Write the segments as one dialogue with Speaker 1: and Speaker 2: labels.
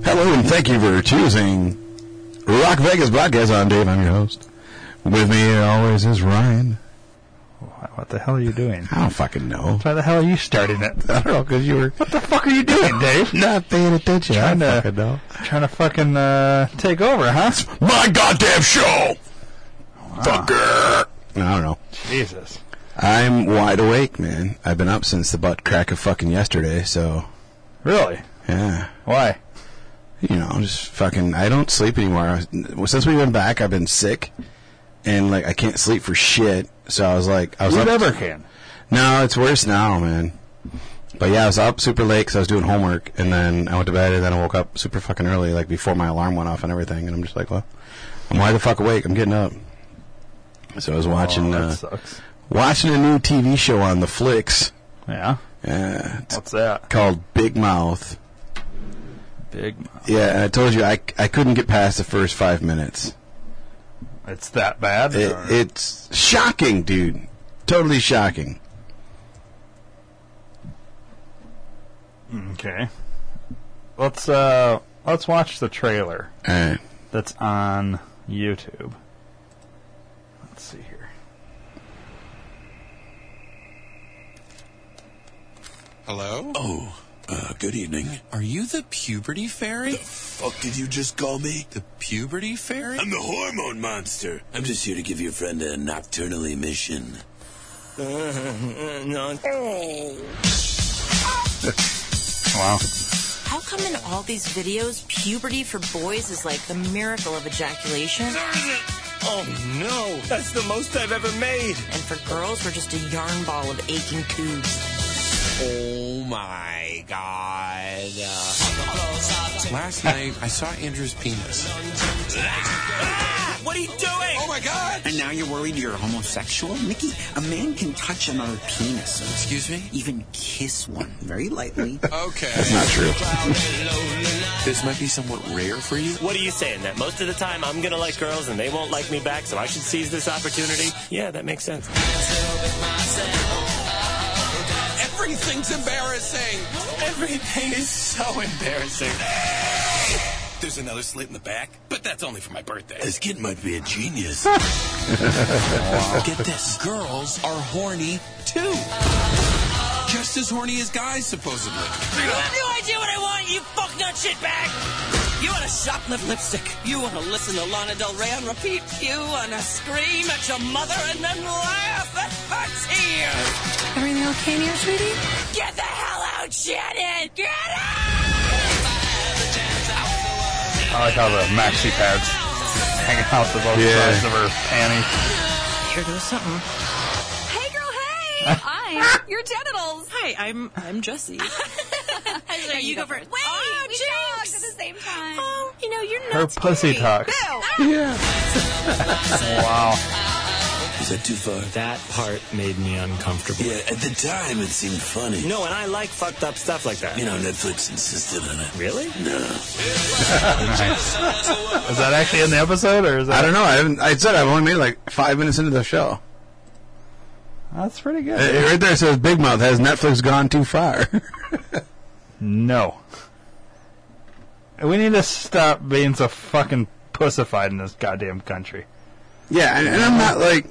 Speaker 1: Thank you for choosing Rock Vegas Podcast. I'm Dave. I'm your host. With me as always is Ryan.
Speaker 2: What the hell are you doing?
Speaker 1: I don't fucking know.
Speaker 2: Why the hell are you starting it?
Speaker 1: I don't know because you were
Speaker 2: What the fuck are you doing, Dave?
Speaker 1: not paying attention. I
Speaker 2: Trying
Speaker 1: don't
Speaker 2: to-
Speaker 1: fucking know.
Speaker 2: Trying to fucking uh, take over, huh?
Speaker 1: My goddamn show, fucker. I don't know.
Speaker 2: Jesus.
Speaker 1: I'm wide awake, man. I've been up since the butt crack of fucking yesterday. So
Speaker 2: Really?
Speaker 1: yeah.
Speaker 2: Why?
Speaker 1: you know, just fucking. I don't sleep anymore. I was- Since we've been back, I've been sick, and like I can't sleep for shit. So I was like, I was up.
Speaker 2: Whoever can.
Speaker 1: No, it's worse now, man. But yeah, I was up super late because I was doing homework, and then I went to bed, and then I woke up super fucking early, like before my alarm went off and everything. And I'm just like, well, I'm wide the fuck awake. I'm getting up. So I was watching
Speaker 2: Oh, that
Speaker 1: uh,
Speaker 2: sucks.
Speaker 1: watching a new TV show on the Flicks.
Speaker 2: Yeah.
Speaker 1: Uh, it's
Speaker 2: What's that?
Speaker 1: called Big Mouth.
Speaker 2: Big.
Speaker 1: Yeah, I told you I, I couldn't get past the first five minutes.
Speaker 2: It's that bad. Uh,
Speaker 1: It,
Speaker 2: or-
Speaker 1: it's shocking, dude. Totally shocking.
Speaker 2: okay. Let's uh, let's watch the trailer
Speaker 1: All right.
Speaker 2: that's on YouTube. Let's see here.
Speaker 3: Hello?
Speaker 4: Oh, uh, good evening.
Speaker 3: Are you the puberty fairy?
Speaker 4: Fuck, did you just call me?
Speaker 3: The puberty fairy?
Speaker 4: I'm the hormone monster. I'm just here to give your friend a nocturnal emission.
Speaker 2: Wow.
Speaker 5: How come in all these videos, puberty for boys is like the miracle of ejaculation,
Speaker 4: Oh no, that's the most I've ever made.
Speaker 5: and for girls, we're just a yarn ball of aching tubes?
Speaker 3: Oh my god. Last night, I saw Andrew's penis.
Speaker 4: What are you doing? Oh my god!
Speaker 6: And now you're worried you're homosexual? Mickey, a man can touch another penis,
Speaker 3: Excuse me?
Speaker 6: even kiss one very lightly.
Speaker 3: Okay.
Speaker 1: Not true.
Speaker 3: This might be somewhat rare for you.
Speaker 7: What are you saying? That most of the time I'm gonna like girls and they won't like me back, so I should seize this opportunity? Yeah, that makes sense.
Speaker 3: Everything's embarrassing. Everything is so embarrassing. There's another slit in the back, but that's only for my birthday.
Speaker 4: This kid might be a genius.
Speaker 3: Get this. Girls are horny too. Just as horny as guys, supposedly.
Speaker 8: You have no idea what I want, you fuck nut shit bag! You wanna shoplift lipstick. You wanna listen to Lana Del Rey on repeat. You wanna scream at your mother and then laugh at her tears.
Speaker 5: Everything okay in here, sweetie?
Speaker 8: Get the hell out, Shannon! Get out!
Speaker 2: I like how the maxi pads hanging out the both
Speaker 1: Yeah.
Speaker 2: sides of her panties.
Speaker 5: Here goes something.
Speaker 9: Hey girl, hey! I'm your genitals. Hi, I'm I'm Jessie.
Speaker 5: No, you go
Speaker 9: Wait,
Speaker 5: first. Ah,
Speaker 9: oh, we talked at the same time.
Speaker 5: Oh, you know you're
Speaker 2: Her pussy talk. Wow.
Speaker 4: Is that too far?
Speaker 7: That part made me uncomfortable.
Speaker 4: Yeah, at the time it seemed funny.
Speaker 7: No, and I like fucked up stuff like that.
Speaker 4: You know, Netflix insisted on it.
Speaker 7: Really?
Speaker 2: Is that actually in the episode, or is that?
Speaker 1: I don't know. I haven't. I said I've only made it like five minutes into the show.
Speaker 2: That's pretty good.
Speaker 1: It- it right there says Big Mouth has Netflix gone too far.
Speaker 2: no. We need to stop being so fucking pussified in this goddamn country.
Speaker 1: yeah, and, and I'm not like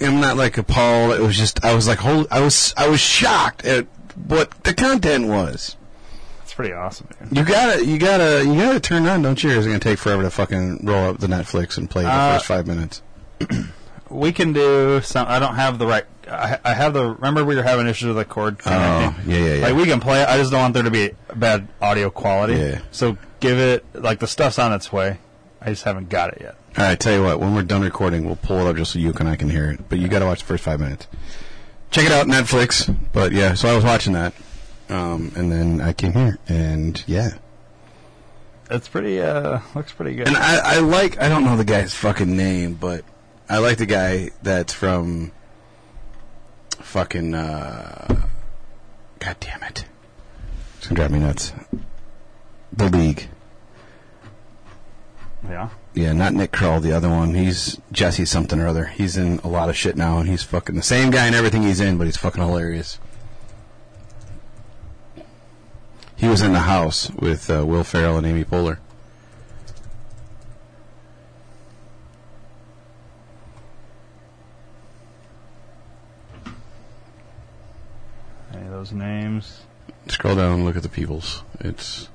Speaker 1: I'm not like appalled. It was just I was like whole I was I was shocked at what the content was.
Speaker 2: It's pretty awesome. Dude.
Speaker 1: You gotta you gotta you gotta turn on, don't you? Or is it gonna take forever to fucking roll up the Netflix and play the
Speaker 2: Uh,
Speaker 1: first five minutes?
Speaker 2: We can do some. I don't have the right. I, I have the. Remember, we were having issues with the cord. connecting?
Speaker 1: Oh, yeah, yeah, yeah.
Speaker 2: Like we can play it. I just don't want there to be bad audio quality.
Speaker 1: Yeah.
Speaker 2: So give it like the stuff's on its way. I just haven't got it yet.
Speaker 1: All right, tell you what. When we're done recording, we'll pull it up just so you and I can hear it. But you got to watch the first five minutes. Check it out Netflix. But yeah, so I was watching that, um, and then I came here, and yeah,
Speaker 2: It's pretty. Uh, looks pretty good.
Speaker 1: and I, I like. I don't know the guy's fucking name, but I like the guy that's from fucking. Uh, God damn it! It's gonna drive me nuts. The League.
Speaker 2: yeah.
Speaker 1: Yeah, not Nick Kroll, the other one. He's Jesse something or other. He's in a lot of shit now, and he's fucking the same guy in everything he's in, but he's fucking hilarious. He was in the house with uh, Will Ferrell and Amy Poehler.
Speaker 2: those names.
Speaker 1: Scroll down and look at the peoples. It's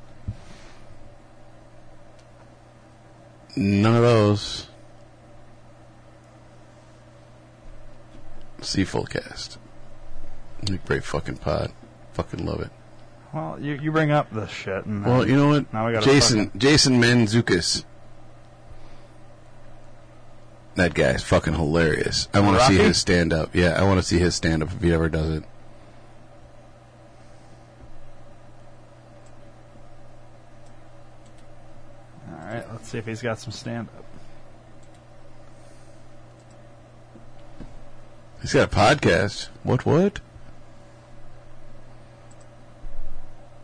Speaker 1: none of those. See full cast. Great fucking pod. Fucking love it.
Speaker 2: Well, you, you bring up this shit, and
Speaker 1: Well, you know what?
Speaker 2: Now we gotta
Speaker 1: Jason Jason Manzukis. That guy's fucking hilarious. I want to see
Speaker 2: Rocky?
Speaker 1: his stand up. Yeah, I want to see his stand up if he ever does it.
Speaker 2: all right, let's see if he's got some stand up.
Speaker 1: He's got a podcast. What? What?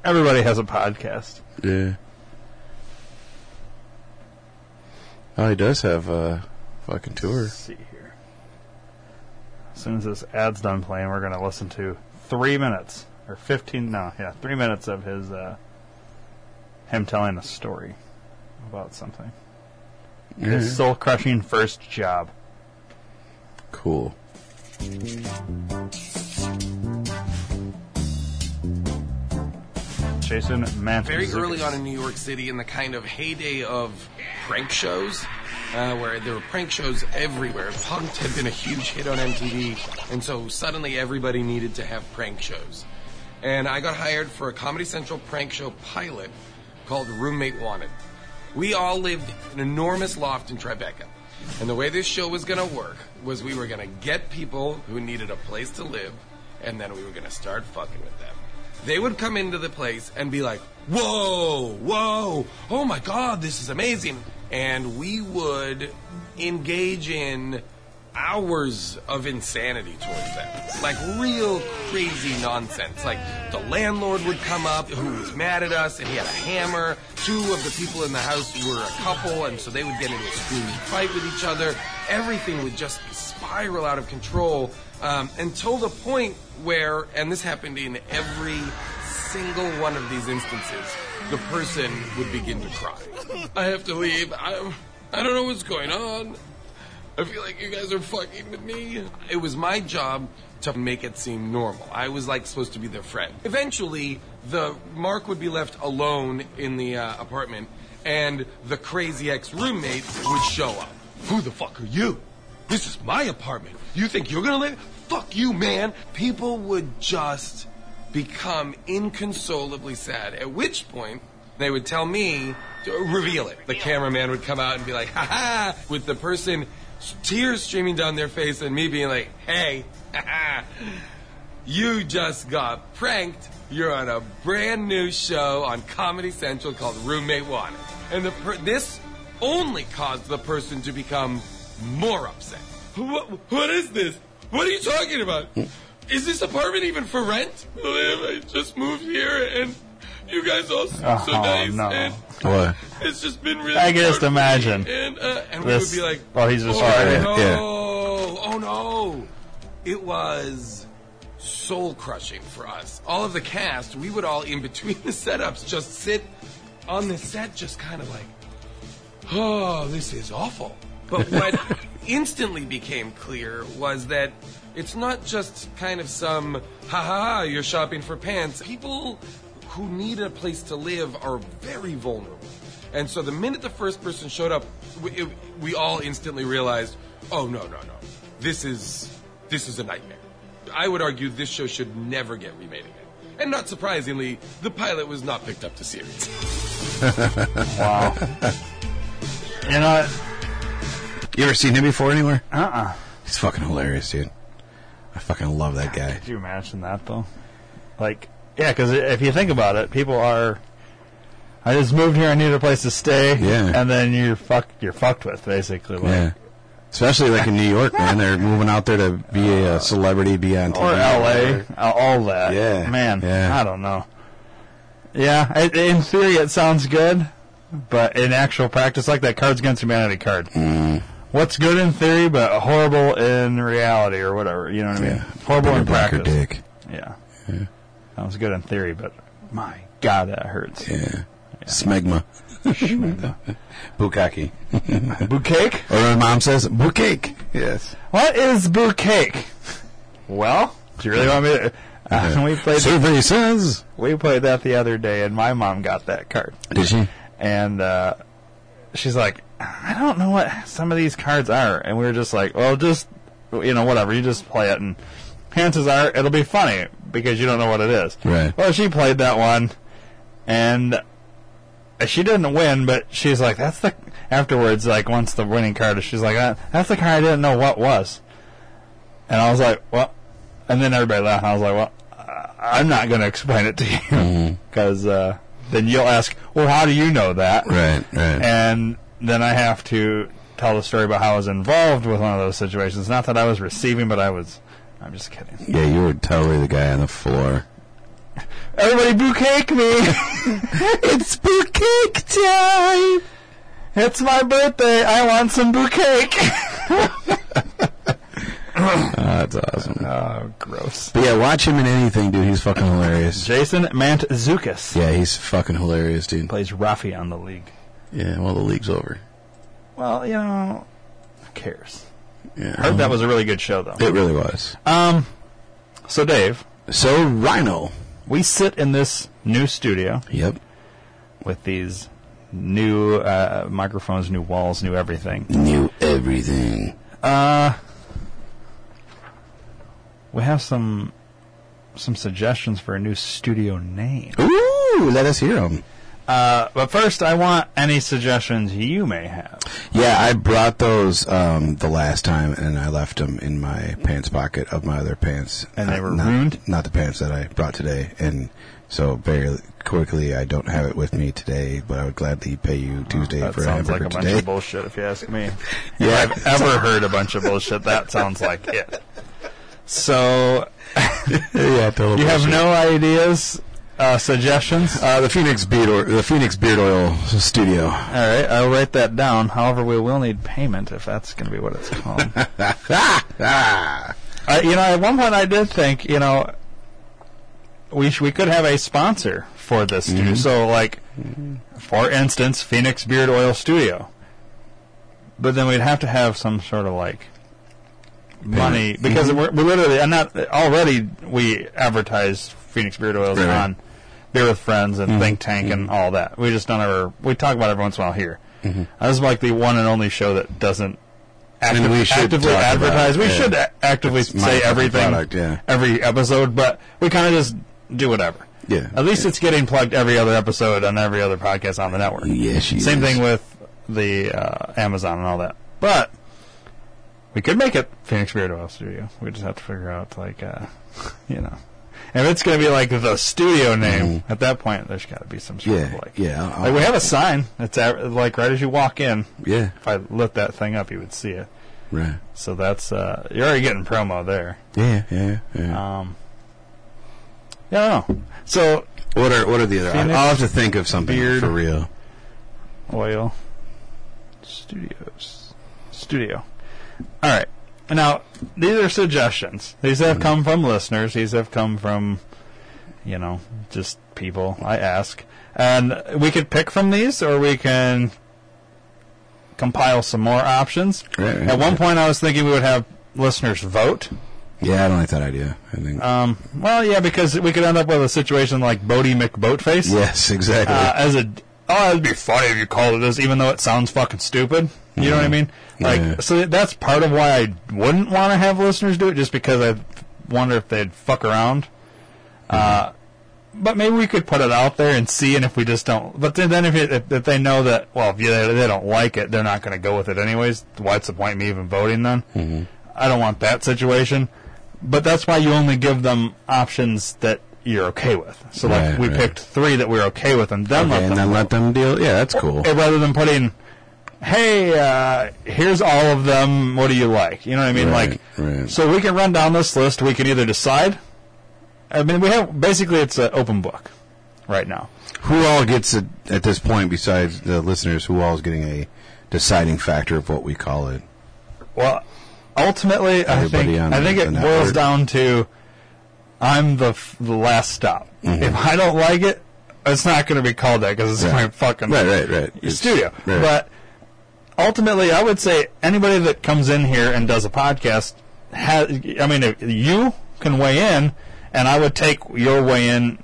Speaker 2: Everybody has a podcast.
Speaker 1: Yeah. Oh, he does have a fucking tour.
Speaker 2: Let's see here. As soon as this ad's done playing, we're gonna listen to three minutes or fifteen. No, yeah, three minutes of his uh, him telling a story about something. His soul crushing first job.
Speaker 1: Cool.
Speaker 2: Jason Mantzoukas.
Speaker 10: very early on in New York City in the kind of heyday of prank shows, uh, where there were prank shows everywhere. Punked had been a huge hit on MTV, and so suddenly everybody needed to have prank shows. And I got hired for a Comedy Central prank show pilot called Roommate Wanted. We all lived in an enormous loft in Tribeca. And the way this show was going to work was we were going to get people who needed a place to live, and then we were going to start fucking with them. They would come into the place and be like, whoa, whoa, oh my god, this is amazing. And we would engage in hours of insanity towards them. Like real crazy nonsense. Like the landlord would come up who was mad at us and he had a hammer. Two of the people in the house were a couple and so they would get into a screaming fight with each other. Everything would just spiral out of control um, until the point where, and this happened in every single one of these instances, the person would begin to cry. I have to leave. I, I don't know what's going on. I feel like you guys are fucking with me. It was my job to make it seem normal. I was like supposed to be their friend. Eventually, the Mark would be left alone in the uh, apartment, and the crazy ex-roommate would show up. Who the fuck are you? This is my apartment. You think you're gonna live? Fuck you, man. People would just become inconsolably sad. At which point, they would tell me to reveal it. The cameraman would come out and be like, ha ha, with the person tears streaming down their face and me being like, hey, ha ha, you just got pranked. You're on a brand new show on Comedy Central called Roommate Wanted. And the per- this only caused the person to become more upset. What, what is this? What are you talking about? Is this apartment even for rent? I just moved here and you guys all seem so
Speaker 2: Oh,
Speaker 10: nice.
Speaker 2: no.
Speaker 10: And
Speaker 1: What?
Speaker 10: it's just been really.
Speaker 2: I can just
Speaker 10: hard for me.
Speaker 2: imagine.
Speaker 10: And, uh, and
Speaker 2: This-
Speaker 10: we would be like,
Speaker 2: well, he's just
Speaker 10: oh,
Speaker 2: fired.
Speaker 10: no,
Speaker 1: Yeah.
Speaker 10: oh no, it was soul crushing for us. All of the cast, we would all in between the setups just sit on the set, just kind of like, oh, this is awful. But what instantly became clear was that it's not just kind of some, ha ha, ha, you're shopping for pants. People who need a place to live are very vulnerable. And so the minute the first person showed up, we, it, we all instantly realized, oh, no, no, no. This is, this is a nightmare. I would argue this show should never get remade again. And not surprisingly, the pilot was not picked up to series.
Speaker 2: Wow. you know, what?
Speaker 1: You ever seen him before anywhere?
Speaker 2: uh-uh.
Speaker 1: He's fucking hilarious, dude. I fucking love that guy.
Speaker 2: Could you imagine that though? Like, yeah, because if you think about it, people are. I just moved here. I need a place to stay.
Speaker 1: Yeah.
Speaker 2: And then you're fuck you're fucked with basically. Like,
Speaker 1: Yeah. Especially like in New York, man. They're moving out there to be a celebrity, be on TV.
Speaker 2: Uh, Or L.A. uh, All that.
Speaker 1: Yeah,
Speaker 2: Man.
Speaker 1: yeah.
Speaker 2: I don't know. Yeah. i in theory, it sounds good, but in actual practice, like that Cards Against Humanity card.
Speaker 1: Mm.
Speaker 2: What's good in theory, but horrible in reality, or whatever. You know what I mean?
Speaker 1: Yeah.
Speaker 2: Horrible in
Speaker 1: Black or
Speaker 2: practice.
Speaker 1: dick.
Speaker 2: Yeah. Sounds good in theory, but my God, that hurts.
Speaker 1: Yeah. Smegma. Bukaki.
Speaker 2: Boo cake?
Speaker 1: Or my mom says, Bukake. Yes.
Speaker 2: What is boo cake? Well, do you really want me to? Uh, we played.
Speaker 1: Survey says
Speaker 2: we played that the other day, and my mom got that card.
Speaker 1: Did she?
Speaker 2: And uh, she's like, I don't know what some of these cards are, and we were just like, well, just you know, whatever, you just play it, and chances are it'll be funny because you don't know what it is.
Speaker 1: Right.
Speaker 2: Well, she played that one, and she didn't win, but she's like, that's the afterwards, like once the winning card, she's like, "Ah, that's the card I didn't know what was, and I was like, well, and then everybody laughed, and I was like, well. I'm not going to explain it to you because uh, then you'll ask, "Well, how do you know that?"
Speaker 1: Right, right.
Speaker 2: And then I have to tell the story about how I was involved with one of those situations. Not that I was receiving, but I was. I'm just kidding.
Speaker 1: Yeah, you were totally the guy on the floor.
Speaker 2: Everybody bouquet me. it's bouquet time. It's my birthday. I want some bouquet.
Speaker 1: Oh, that's awesome.
Speaker 2: oh, gross.
Speaker 1: But yeah, watch him in anything, dude. He's fucking hilarious.
Speaker 2: Jason Mantzoukas
Speaker 1: Yeah, he's fucking hilarious, dude.
Speaker 2: plays Rafi on the league.
Speaker 1: Yeah, well, the league's over.
Speaker 2: Well, you know, who cares?
Speaker 1: Yeah,
Speaker 2: Heard that was a really good show, though.
Speaker 1: It really was.
Speaker 2: Um, so Dave,
Speaker 1: So Rhino.
Speaker 2: we sit in this new studio
Speaker 1: Yep.
Speaker 2: with these new uh, microphones, new walls, new everything.
Speaker 1: Knew everything.
Speaker 2: We have some some suggestions for a new studio name.
Speaker 1: Ooh, let us hear him.
Speaker 2: Uh, but first, I want any suggestions you may have.
Speaker 1: Yeah, I brought those um, the last time, and I left them in my pants pocket of my other pants, Uh,
Speaker 2: And they were
Speaker 1: not,
Speaker 2: ruined?
Speaker 1: Not the pants that I brought today, and so very quickly, I don't have it with me today. But I would gladly pay you Tuesday
Speaker 2: That
Speaker 1: for a
Speaker 2: sounds like
Speaker 1: hamburger
Speaker 2: a bunch
Speaker 1: today.
Speaker 2: of bullshit, if you ask me. yeah, I've ever heard a bunch of bullshit. That sounds like it. So
Speaker 1: yeah, totally.
Speaker 2: you have no ideas, uh, suggestions.
Speaker 1: uh, the Phoenix beard, or, the Phoenix Beard Oil Studio.
Speaker 2: All right, I'll write that down. However, we will need payment if that's going to be what it's called. I, you know, at one point I did think, you know, we sh- we could have a sponsor for this
Speaker 1: Mm-hmm.
Speaker 2: studio. So, like, for instance, Phoenix Beard Oil Studio. But then we'd have to have some sort of like money
Speaker 1: Mm-hmm.
Speaker 2: because we're, we're literally and not already we advertise Phoenix Beard Oils
Speaker 1: Right, Mm-hmm. right.
Speaker 2: on Beer with Friends and Think Tank and all that. We just don't ever we talk about it every once in a while here. This is like the one and only show that doesn't
Speaker 1: Mm-hmm. And
Speaker 2: active,
Speaker 1: we should
Speaker 2: actively
Speaker 1: talk about
Speaker 2: advertise.
Speaker 1: it,
Speaker 2: we
Speaker 1: yeah.
Speaker 2: should a- actively
Speaker 1: my
Speaker 2: say
Speaker 1: fucking
Speaker 2: everything
Speaker 1: product, yeah.
Speaker 2: every episode, but we kind of just do whatever.
Speaker 1: Yeah,
Speaker 2: At least it's getting plugged every other episode on every other podcast on the network.
Speaker 1: Yes, she
Speaker 2: Same
Speaker 1: is.
Speaker 2: thing with the uh, Amazon and all that. But we could make it Phoenix Beard Oil Studio. We just have to figure out, like, uh, you know. If it's going to be like the studio name, at that point, there's got to be some sort
Speaker 1: Mm-hmm. Yeah,
Speaker 2: of like.
Speaker 1: yeah, I'll-
Speaker 2: like, we have a sign that's at, like right as you walk in.
Speaker 1: Yeah,
Speaker 2: If I lit that thing up, you would see it.
Speaker 1: right.
Speaker 2: So that's uh, you're already getting promo there.
Speaker 1: Yeah, yeah, yeah.
Speaker 2: Um, yeah, I don't know. So
Speaker 1: what are what are the other?
Speaker 2: Phoenix
Speaker 1: I'll have to think of something
Speaker 2: Beard-
Speaker 1: for real.
Speaker 2: Oil Studios. Studio. All right. Now, these are suggestions. These have come from listeners. These have come from, you know, just people I ask. And we could pick from these or we can compile some more options.
Speaker 1: Right, right,
Speaker 2: At one
Speaker 1: right.
Speaker 2: point, I was thinking we would have listeners vote.
Speaker 1: Yeah, I don't like that idea. I think.
Speaker 2: Um, well, yeah, because we could end up with a situation like Bodie McBoatface.
Speaker 1: yes, exactly.
Speaker 2: uh, as a oh, it'd be funny if you called it this, even though it sounds fucking stupid. You know what I mean? Like,
Speaker 1: Mm. Yeah.
Speaker 2: so that's part of why I wouldn't want to have listeners do it, just because I wonder if they'd fuck around.
Speaker 1: Mm-hmm.
Speaker 2: Uh, but maybe we could put it out there and see, and if we just don't, but then, then if, it, if if they know that, well, if you, they don't like it, they're not going to go with it anyways. What's the point of me even voting then? Mm-hmm. I don't want that situation. But that's why you only give them options that you're okay with. So like
Speaker 1: Right,
Speaker 2: we
Speaker 1: right.
Speaker 2: picked three that we are okay with, and then let
Speaker 1: and
Speaker 2: them
Speaker 1: then let them deal. Yeah, that's cool.
Speaker 2: eh, rather than putting, "Hey, uh, here's all of them. What do you like?" You know what I mean?
Speaker 1: Right,
Speaker 2: like,
Speaker 1: right.
Speaker 2: so we can run down this list. We can either decide. I mean, we have basically it's an open book right now.
Speaker 1: Who all gets it at this point besides the listeners? Who all is getting a deciding factor of what we call it?
Speaker 2: Well, ultimately,
Speaker 1: Everybody
Speaker 2: I
Speaker 1: on
Speaker 2: think I think
Speaker 1: the
Speaker 2: it
Speaker 1: network.
Speaker 2: boils down to I'm the, f- the last stop.
Speaker 1: Mm-hmm.
Speaker 2: If I don't like it, it's not going to be called that because it's
Speaker 1: Right.
Speaker 2: my fucking
Speaker 1: Right, right, right. It's-
Speaker 2: studio.
Speaker 1: right.
Speaker 2: But ultimately, I would say anybody that comes in here and does a podcast has. I mean, you can weigh in, and I would take your way in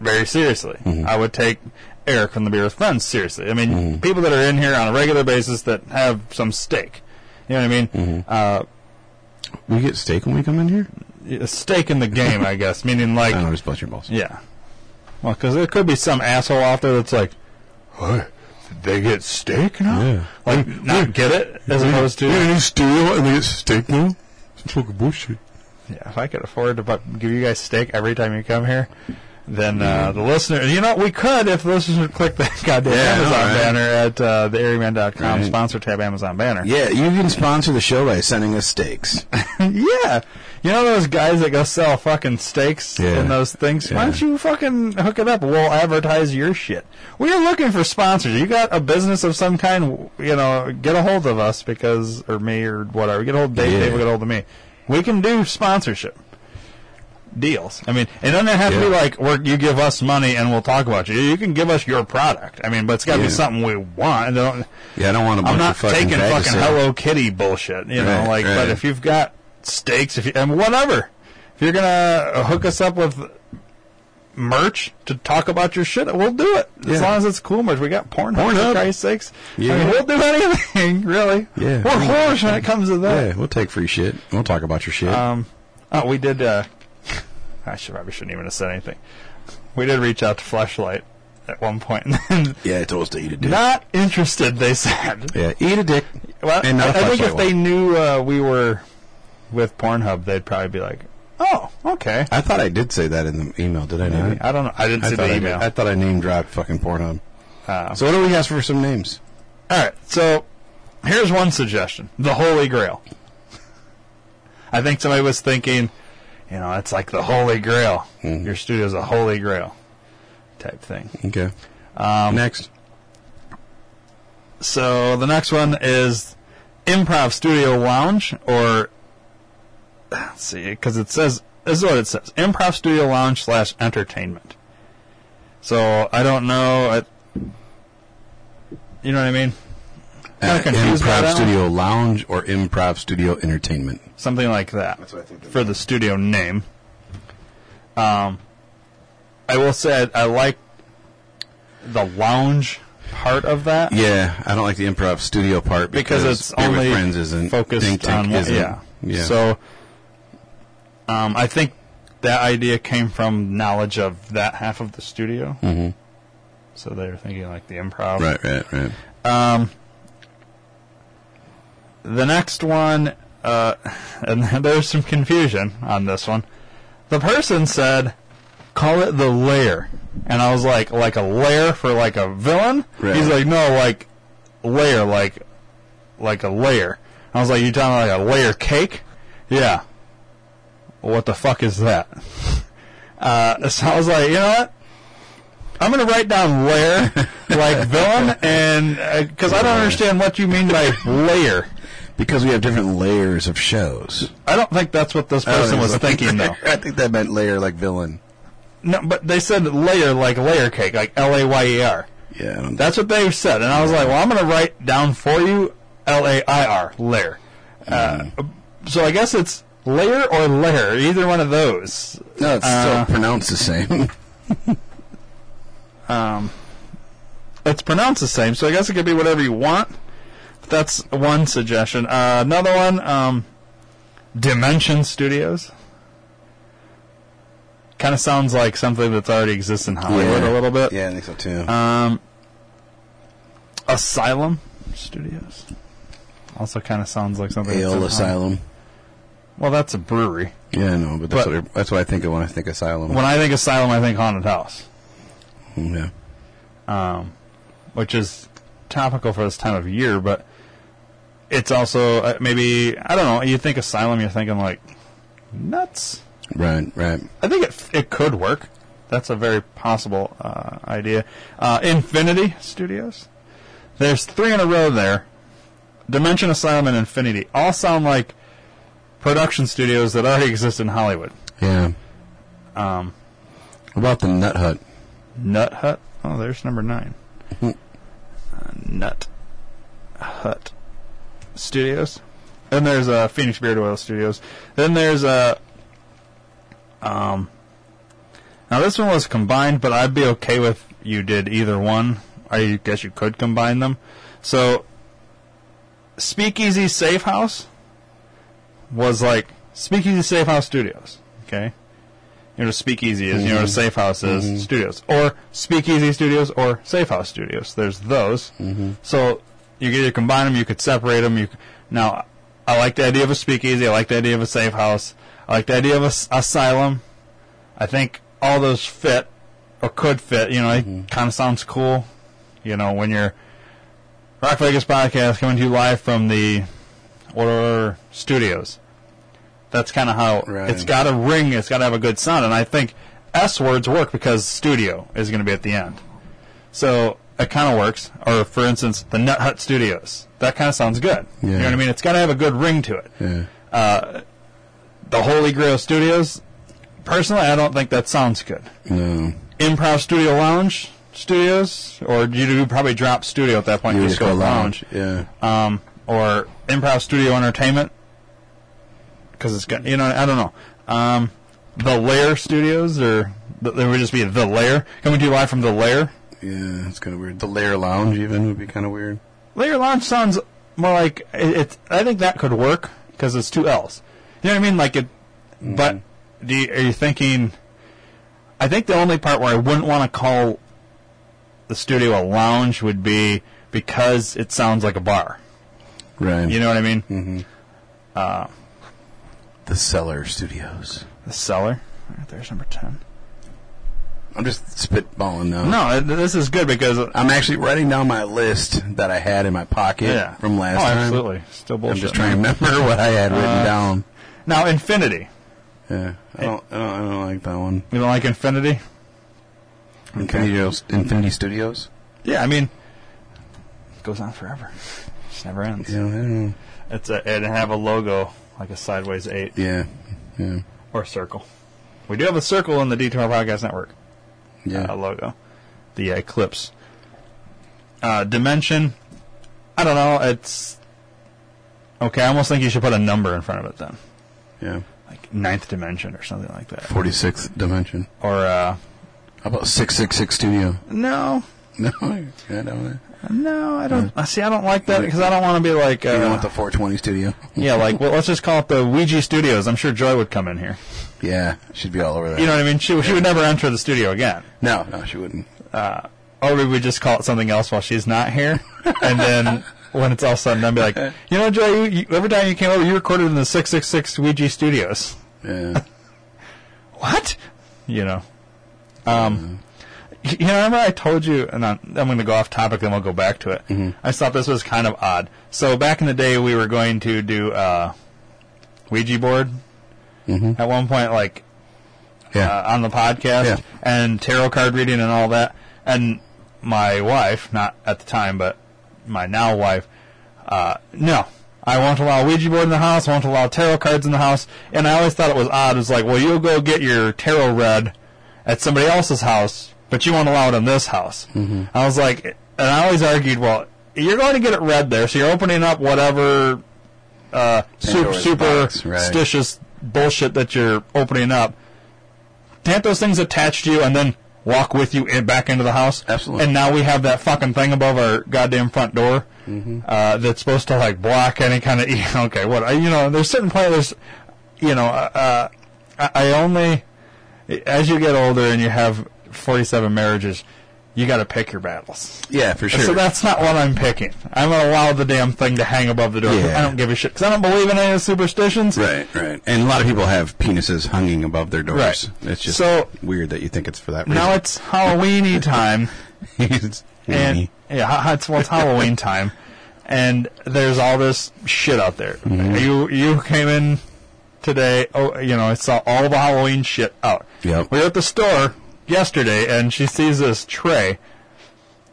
Speaker 2: very seriously.
Speaker 1: Mm-hmm.
Speaker 2: I would take Eric from the Beer with Friends seriously. I mean, people that are in here on a regular basis that have some stake. You know what I mean?
Speaker 1: Mm-hmm.
Speaker 2: Uh,
Speaker 1: we get steak when we come in here.
Speaker 2: a stake in the game, I guess. Meaning, like,
Speaker 1: I don't just bust your balls.
Speaker 2: yeah. Well, because there could be some asshole out there that's like, what? Did they get steak now?
Speaker 1: Yeah.
Speaker 2: Like, not get it, as opposed to.
Speaker 1: yeah, you steal and they get steak now. It's fucking bullshit.
Speaker 2: Yeah, if I could afford to bu- give you guys steak every time you come here, then uh, the listener, you know, we could if the listener would click that goddamn
Speaker 1: Yeah, I know,
Speaker 2: Amazon
Speaker 1: right?
Speaker 2: banner at uh, theairyman.com
Speaker 1: Right.
Speaker 2: sponsor tab Amazon banner.
Speaker 1: Yeah, you can sponsor the show by sending us steaks.
Speaker 2: yeah. You know those guys that go sell fucking steaks
Speaker 1: Yeah.
Speaker 2: and those things? Why
Speaker 1: Yeah.
Speaker 2: don't you fucking hook it up? We'll advertise your shit. We are looking for sponsors. You got a business of some kind, you know, get a hold of us because, or me or whatever. Get a hold of Dave,
Speaker 1: Yeah.
Speaker 2: Dave will get a hold of me. We can do sponsorship deals. I mean, it doesn't have to be
Speaker 1: Yeah.
Speaker 2: like where you give us money and we'll talk about you. You can give us your product. I mean, but it's got to
Speaker 1: Yeah.
Speaker 2: be something we want. Don't-
Speaker 1: Yeah, I don't want a bunch
Speaker 2: I'm not
Speaker 1: of fucking
Speaker 2: taking
Speaker 1: bags
Speaker 2: fucking
Speaker 1: of-
Speaker 2: Hello Kitty bullshit, you know.
Speaker 1: Right,
Speaker 2: Like, but
Speaker 1: right.
Speaker 2: if you've got steaks, if you and whatever, if you're gonna hook us up with merch to talk about your shit, we'll do it
Speaker 1: Yeah.
Speaker 2: as long as it's cool merch. We got porn, for
Speaker 1: Pornhub.
Speaker 2: Christ's sakes. I
Speaker 1: Yeah.
Speaker 2: mean, we'll do anything, really.
Speaker 1: Yeah.
Speaker 2: we're whores when it comes to that.
Speaker 1: Yeah, we'll take free shit. We'll talk about your shit.
Speaker 2: Um, oh, we did. Uh, I should probably shouldn't even have said anything. We did reach out to Fleshlight at one point.
Speaker 1: yeah, I told us to eat a dick.
Speaker 2: Not interested, they said.
Speaker 1: yeah, eat a dick.
Speaker 2: Well,
Speaker 1: And
Speaker 2: I,
Speaker 1: not a
Speaker 2: I think if
Speaker 1: Fleshlight
Speaker 2: they
Speaker 1: one.
Speaker 2: knew uh, we were with Pornhub, they'd probably be like, "Oh, okay."
Speaker 1: I thought I did say that in the email, did I not?
Speaker 2: I don't know. I didn't
Speaker 1: I
Speaker 2: see
Speaker 1: thought
Speaker 2: the
Speaker 1: I, did.
Speaker 2: email.
Speaker 1: I thought I name dropped fucking Pornhub.
Speaker 2: Uh,
Speaker 1: So what do we ask for some names?
Speaker 2: all right, so here's one suggestion: the Holy Grail. I think somebody was thinking, you know, it's like the Holy Grail. Your studio's a Holy Grail type thing.
Speaker 1: Okay. Um, Next.
Speaker 2: So the next one is Improv Studio Lounge, or let's see, because it says this is what it says: Improv Studio Lounge slash Entertainment. So I don't know, I, you know what I mean? Kinda
Speaker 1: Uh,
Speaker 2: confused by that
Speaker 1: improv
Speaker 2: one.
Speaker 1: Studio Lounge or Improv Studio Entertainment?
Speaker 2: Something like that
Speaker 1: what I think.
Speaker 2: for the studio name. Um, I will say I like the lounge part of that.
Speaker 1: Yeah, I don't like the improv studio part
Speaker 2: because
Speaker 1: because,
Speaker 2: it's
Speaker 1: Beer
Speaker 2: only
Speaker 1: with friends isn't
Speaker 2: focused
Speaker 1: Think Tank
Speaker 2: on one,
Speaker 1: isn't.
Speaker 2: yeah.
Speaker 1: yeah.
Speaker 2: So, um, I think that idea came from knowledge of that half of the studio. Mm-hmm. So they were thinking like the improv.
Speaker 1: right, right, right.
Speaker 2: The next one, uh, and there's some confusion on this one. The person said, "Call it the lair," and I was like, "Like a lair for like a villain?"
Speaker 1: Right.
Speaker 2: He's like, "No, like layer, like like a layer." I was like, "You talking like a layer cake?" Yeah. What the fuck is that? Uh, so I was like, you know what? I'm gonna write down layer like villain, and because I don't understand what you mean by layer.
Speaker 1: Because we have different layers of shows.
Speaker 2: I don't think that's what this person was thinking though.
Speaker 1: Oh, I think that meant layer like villain.
Speaker 2: No, but they said layer like layer cake, like L A Y E R.
Speaker 1: Yeah, I don't
Speaker 2: That's what they said, and I was like, well, I'm going to write down for you L A I R layer. Uh, so I guess it's layer or layer, either one of those.
Speaker 1: no, it's still
Speaker 2: Uh,
Speaker 1: pronounced the same.
Speaker 2: It's pronounced the same, so I guess it could be whatever you want. But that's one suggestion. Uh, another one, um, Dimension Studios. Kind of sounds like something that's already exists in Hollywood a little bit.
Speaker 1: Yeah, I think so too.
Speaker 2: Uh, Asylum Studios. Also, kind of sounds like something. that's in
Speaker 1: Ale
Speaker 2: Hollywood.
Speaker 1: Asylum.
Speaker 2: Well, that's a brewery.
Speaker 1: Yeah, I know, but that's
Speaker 2: But-
Speaker 1: what that's what I think of when I think asylum.
Speaker 2: When I think asylum, I think haunted house,
Speaker 1: Mm, yeah.
Speaker 2: which is topical for this time of year. But it's also uh, maybe I don't know. You think asylum, you're thinking like nuts.
Speaker 1: Right, right.
Speaker 2: I think it it could work. That's a very possible uh, idea. Uh, Infinity Studios. There's three in a row there. Dimension Asylum and Infinity all sound like production studios that already exist in Hollywood.
Speaker 1: Yeah. Um
Speaker 2: Um,
Speaker 1: about the Nut Hut.
Speaker 2: Nut Hut. Oh, there's number nine. Uh, Nut Hut Studios. Then there's uh, Phoenix Beard Oil Studios. Then there's uh, Um, now this one was combined, but I'd be okay with you did either one. I guess you could combine them. So, Speakeasy Safe House was like Speakeasy Safe House Studios. Okay, you know what a Speakeasy is. You know what a
Speaker 1: Mhm.
Speaker 2: Safe House is.
Speaker 1: Mhm.
Speaker 2: Studios or Speakeasy Studios or Safe House Studios. There's those.
Speaker 1: Mm-hmm.
Speaker 2: So you could either combine them, you could separate them. You c- now, I like the idea of a speakeasy. I like the idea of a safe house. I like the idea of a s- asylum. I think all those fit or could fit. You know, it kind of sounds cool. You know, when you're Rock Vegas podcast coming to you live from the Order Studios. That's kind of how
Speaker 1: Right.
Speaker 2: it's got to ring. It's got to have a good sound, and I think S words work because studio is going to be at the end. So it kind of works. Or for instance, the Nut Hut Studios. That kind of sounds good. You know
Speaker 1: Yeah.
Speaker 2: what I mean? It's got to have a good ring to it.
Speaker 1: Yeah.
Speaker 2: Uh, the Holy Grail Studios. Personally, I don't think that sounds good.
Speaker 1: No.
Speaker 2: Improv Studio Lounge Studios, or you do probably drop Studio at that point.
Speaker 1: You
Speaker 2: You
Speaker 1: just go lounge. Yeah.
Speaker 2: um, or Improv Studio Entertainment because it's got you know I don't know um, the Lair Studios or th- there would just be the Lair coming to you live from the Lair.
Speaker 1: Yeah, it's kind of weird. The layer lounge even would be kind of weird.
Speaker 2: Lair Lounge sounds more like it, it's I think that could work because it's two L's. You know what I mean? Like it,
Speaker 1: Mm-hmm.
Speaker 2: but do you, are you thinking? I think the only part where I wouldn't want to call the studio a lounge would be because it sounds like a bar.
Speaker 1: Right.
Speaker 2: You know what I mean?
Speaker 1: Mm-hmm.
Speaker 2: Uh,
Speaker 1: The Cellar Studios.
Speaker 2: the cellar. All right, there's number ten.
Speaker 1: I'm just spitballing now.
Speaker 2: No, th- this is good because uh,
Speaker 1: I'm actually writing down my list that I had in my pocket
Speaker 2: yeah,
Speaker 1: from last
Speaker 2: oh,
Speaker 1: time.
Speaker 2: absolutely, still bullshit.
Speaker 1: I'm just trying to remember what I had written
Speaker 2: Uh,
Speaker 1: down.
Speaker 2: Now, Infinity.
Speaker 1: Yeah, I don't, I don't, I don't like that one.
Speaker 2: You don't like Infinity?
Speaker 1: Infinity, Infinity Studios.
Speaker 2: Yeah, I mean, it goes on forever. It just never ends.
Speaker 1: Yeah, I don't know.
Speaker 2: It's a, and have a logo like a sideways eight
Speaker 1: yeah, yeah,
Speaker 2: or a circle. We do have a circle in the D2R Podcast Network.
Speaker 1: yeah.
Speaker 2: uh, logo, the Eclipse. Uh, dimension, I don't know. It's okay. I almost think you should put a number in front of it then,
Speaker 1: yeah.
Speaker 2: like ninth dimension or something like that.
Speaker 1: 46th Dimension.
Speaker 2: Or uh,
Speaker 1: How about 666 Studio?
Speaker 2: no,
Speaker 1: No, I don't know.
Speaker 2: no, I don't. I see. I don't like that because I don't want to be like
Speaker 1: Hmm. You don't
Speaker 2: uh,
Speaker 1: want the 420 Studio?
Speaker 2: yeah, like well, let's just call it the Ouija Studios. I'm sure Joy would come in here.
Speaker 1: Yeah, she'd be all over that.
Speaker 2: You know what I mean? She she would never enter the studio again.
Speaker 1: no, no, she wouldn't.
Speaker 2: or we would just call it something else while she's not here, and then when it's all said and done, be like, you know, Joe, you, you, every time you came over, you recorded in the six six six Ouija Studios.
Speaker 1: Yeah.
Speaker 2: What? You know, um, y- you know, remember I told you, and I'm, I'm going to go off topic, then we'll go back to it. I just thought this was kind of odd. So back in the day, we were going to do uh, Ouija board. At one point, like
Speaker 1: Yeah.
Speaker 2: uh, on the podcast
Speaker 1: Yeah.
Speaker 2: and tarot card reading and all that. And my wife, not at the time, but my now wife, uh, no, I won't allow Ouija board in the house. I won't allow tarot cards in the house. And I always thought it was odd. It was like, well, you'll go get your tarot read at somebody else's house, but you won't allow it in this house.
Speaker 1: Mm-hmm.
Speaker 2: I was like, and I always argued, well, you're going to get it read there, so you're opening up whatever uh, super,
Speaker 1: Pandora's box, right.
Speaker 2: superstitious bullshit that you're opening up can't those things attach to you and then walk with you in, back into the house?
Speaker 1: Absolutely.
Speaker 2: And now we have that fucking thing above our goddamn front door
Speaker 1: Mm-hmm.
Speaker 2: uh, that's supposed to like block any kind of okay, what I- you know. There's certain players, you know. Uh, I, I only as you get older and you have 47 marriages, you got to pick your battles.
Speaker 1: yeah, for sure.
Speaker 2: So that's not what I'm picking. I'm gonna allow the damn thing to hang above the door.
Speaker 1: Yeah.
Speaker 2: I don't give a shit because I don't believe in any of the superstitions.
Speaker 1: right, right. And a lot of people have penises hanging above their doors.
Speaker 2: Right.
Speaker 1: It's just
Speaker 2: So-
Speaker 1: weird that you think it's for that
Speaker 2: Now
Speaker 1: reason.
Speaker 2: it's Halloweeny time.
Speaker 1: it's
Speaker 2: and yeah, it's, well, it's Halloween time, and there's all this shit out there. You you came in today. Oh, you know, I saw all the Halloween shit out.
Speaker 1: Yep.
Speaker 2: We were at the store yesterday, and she sees this tray.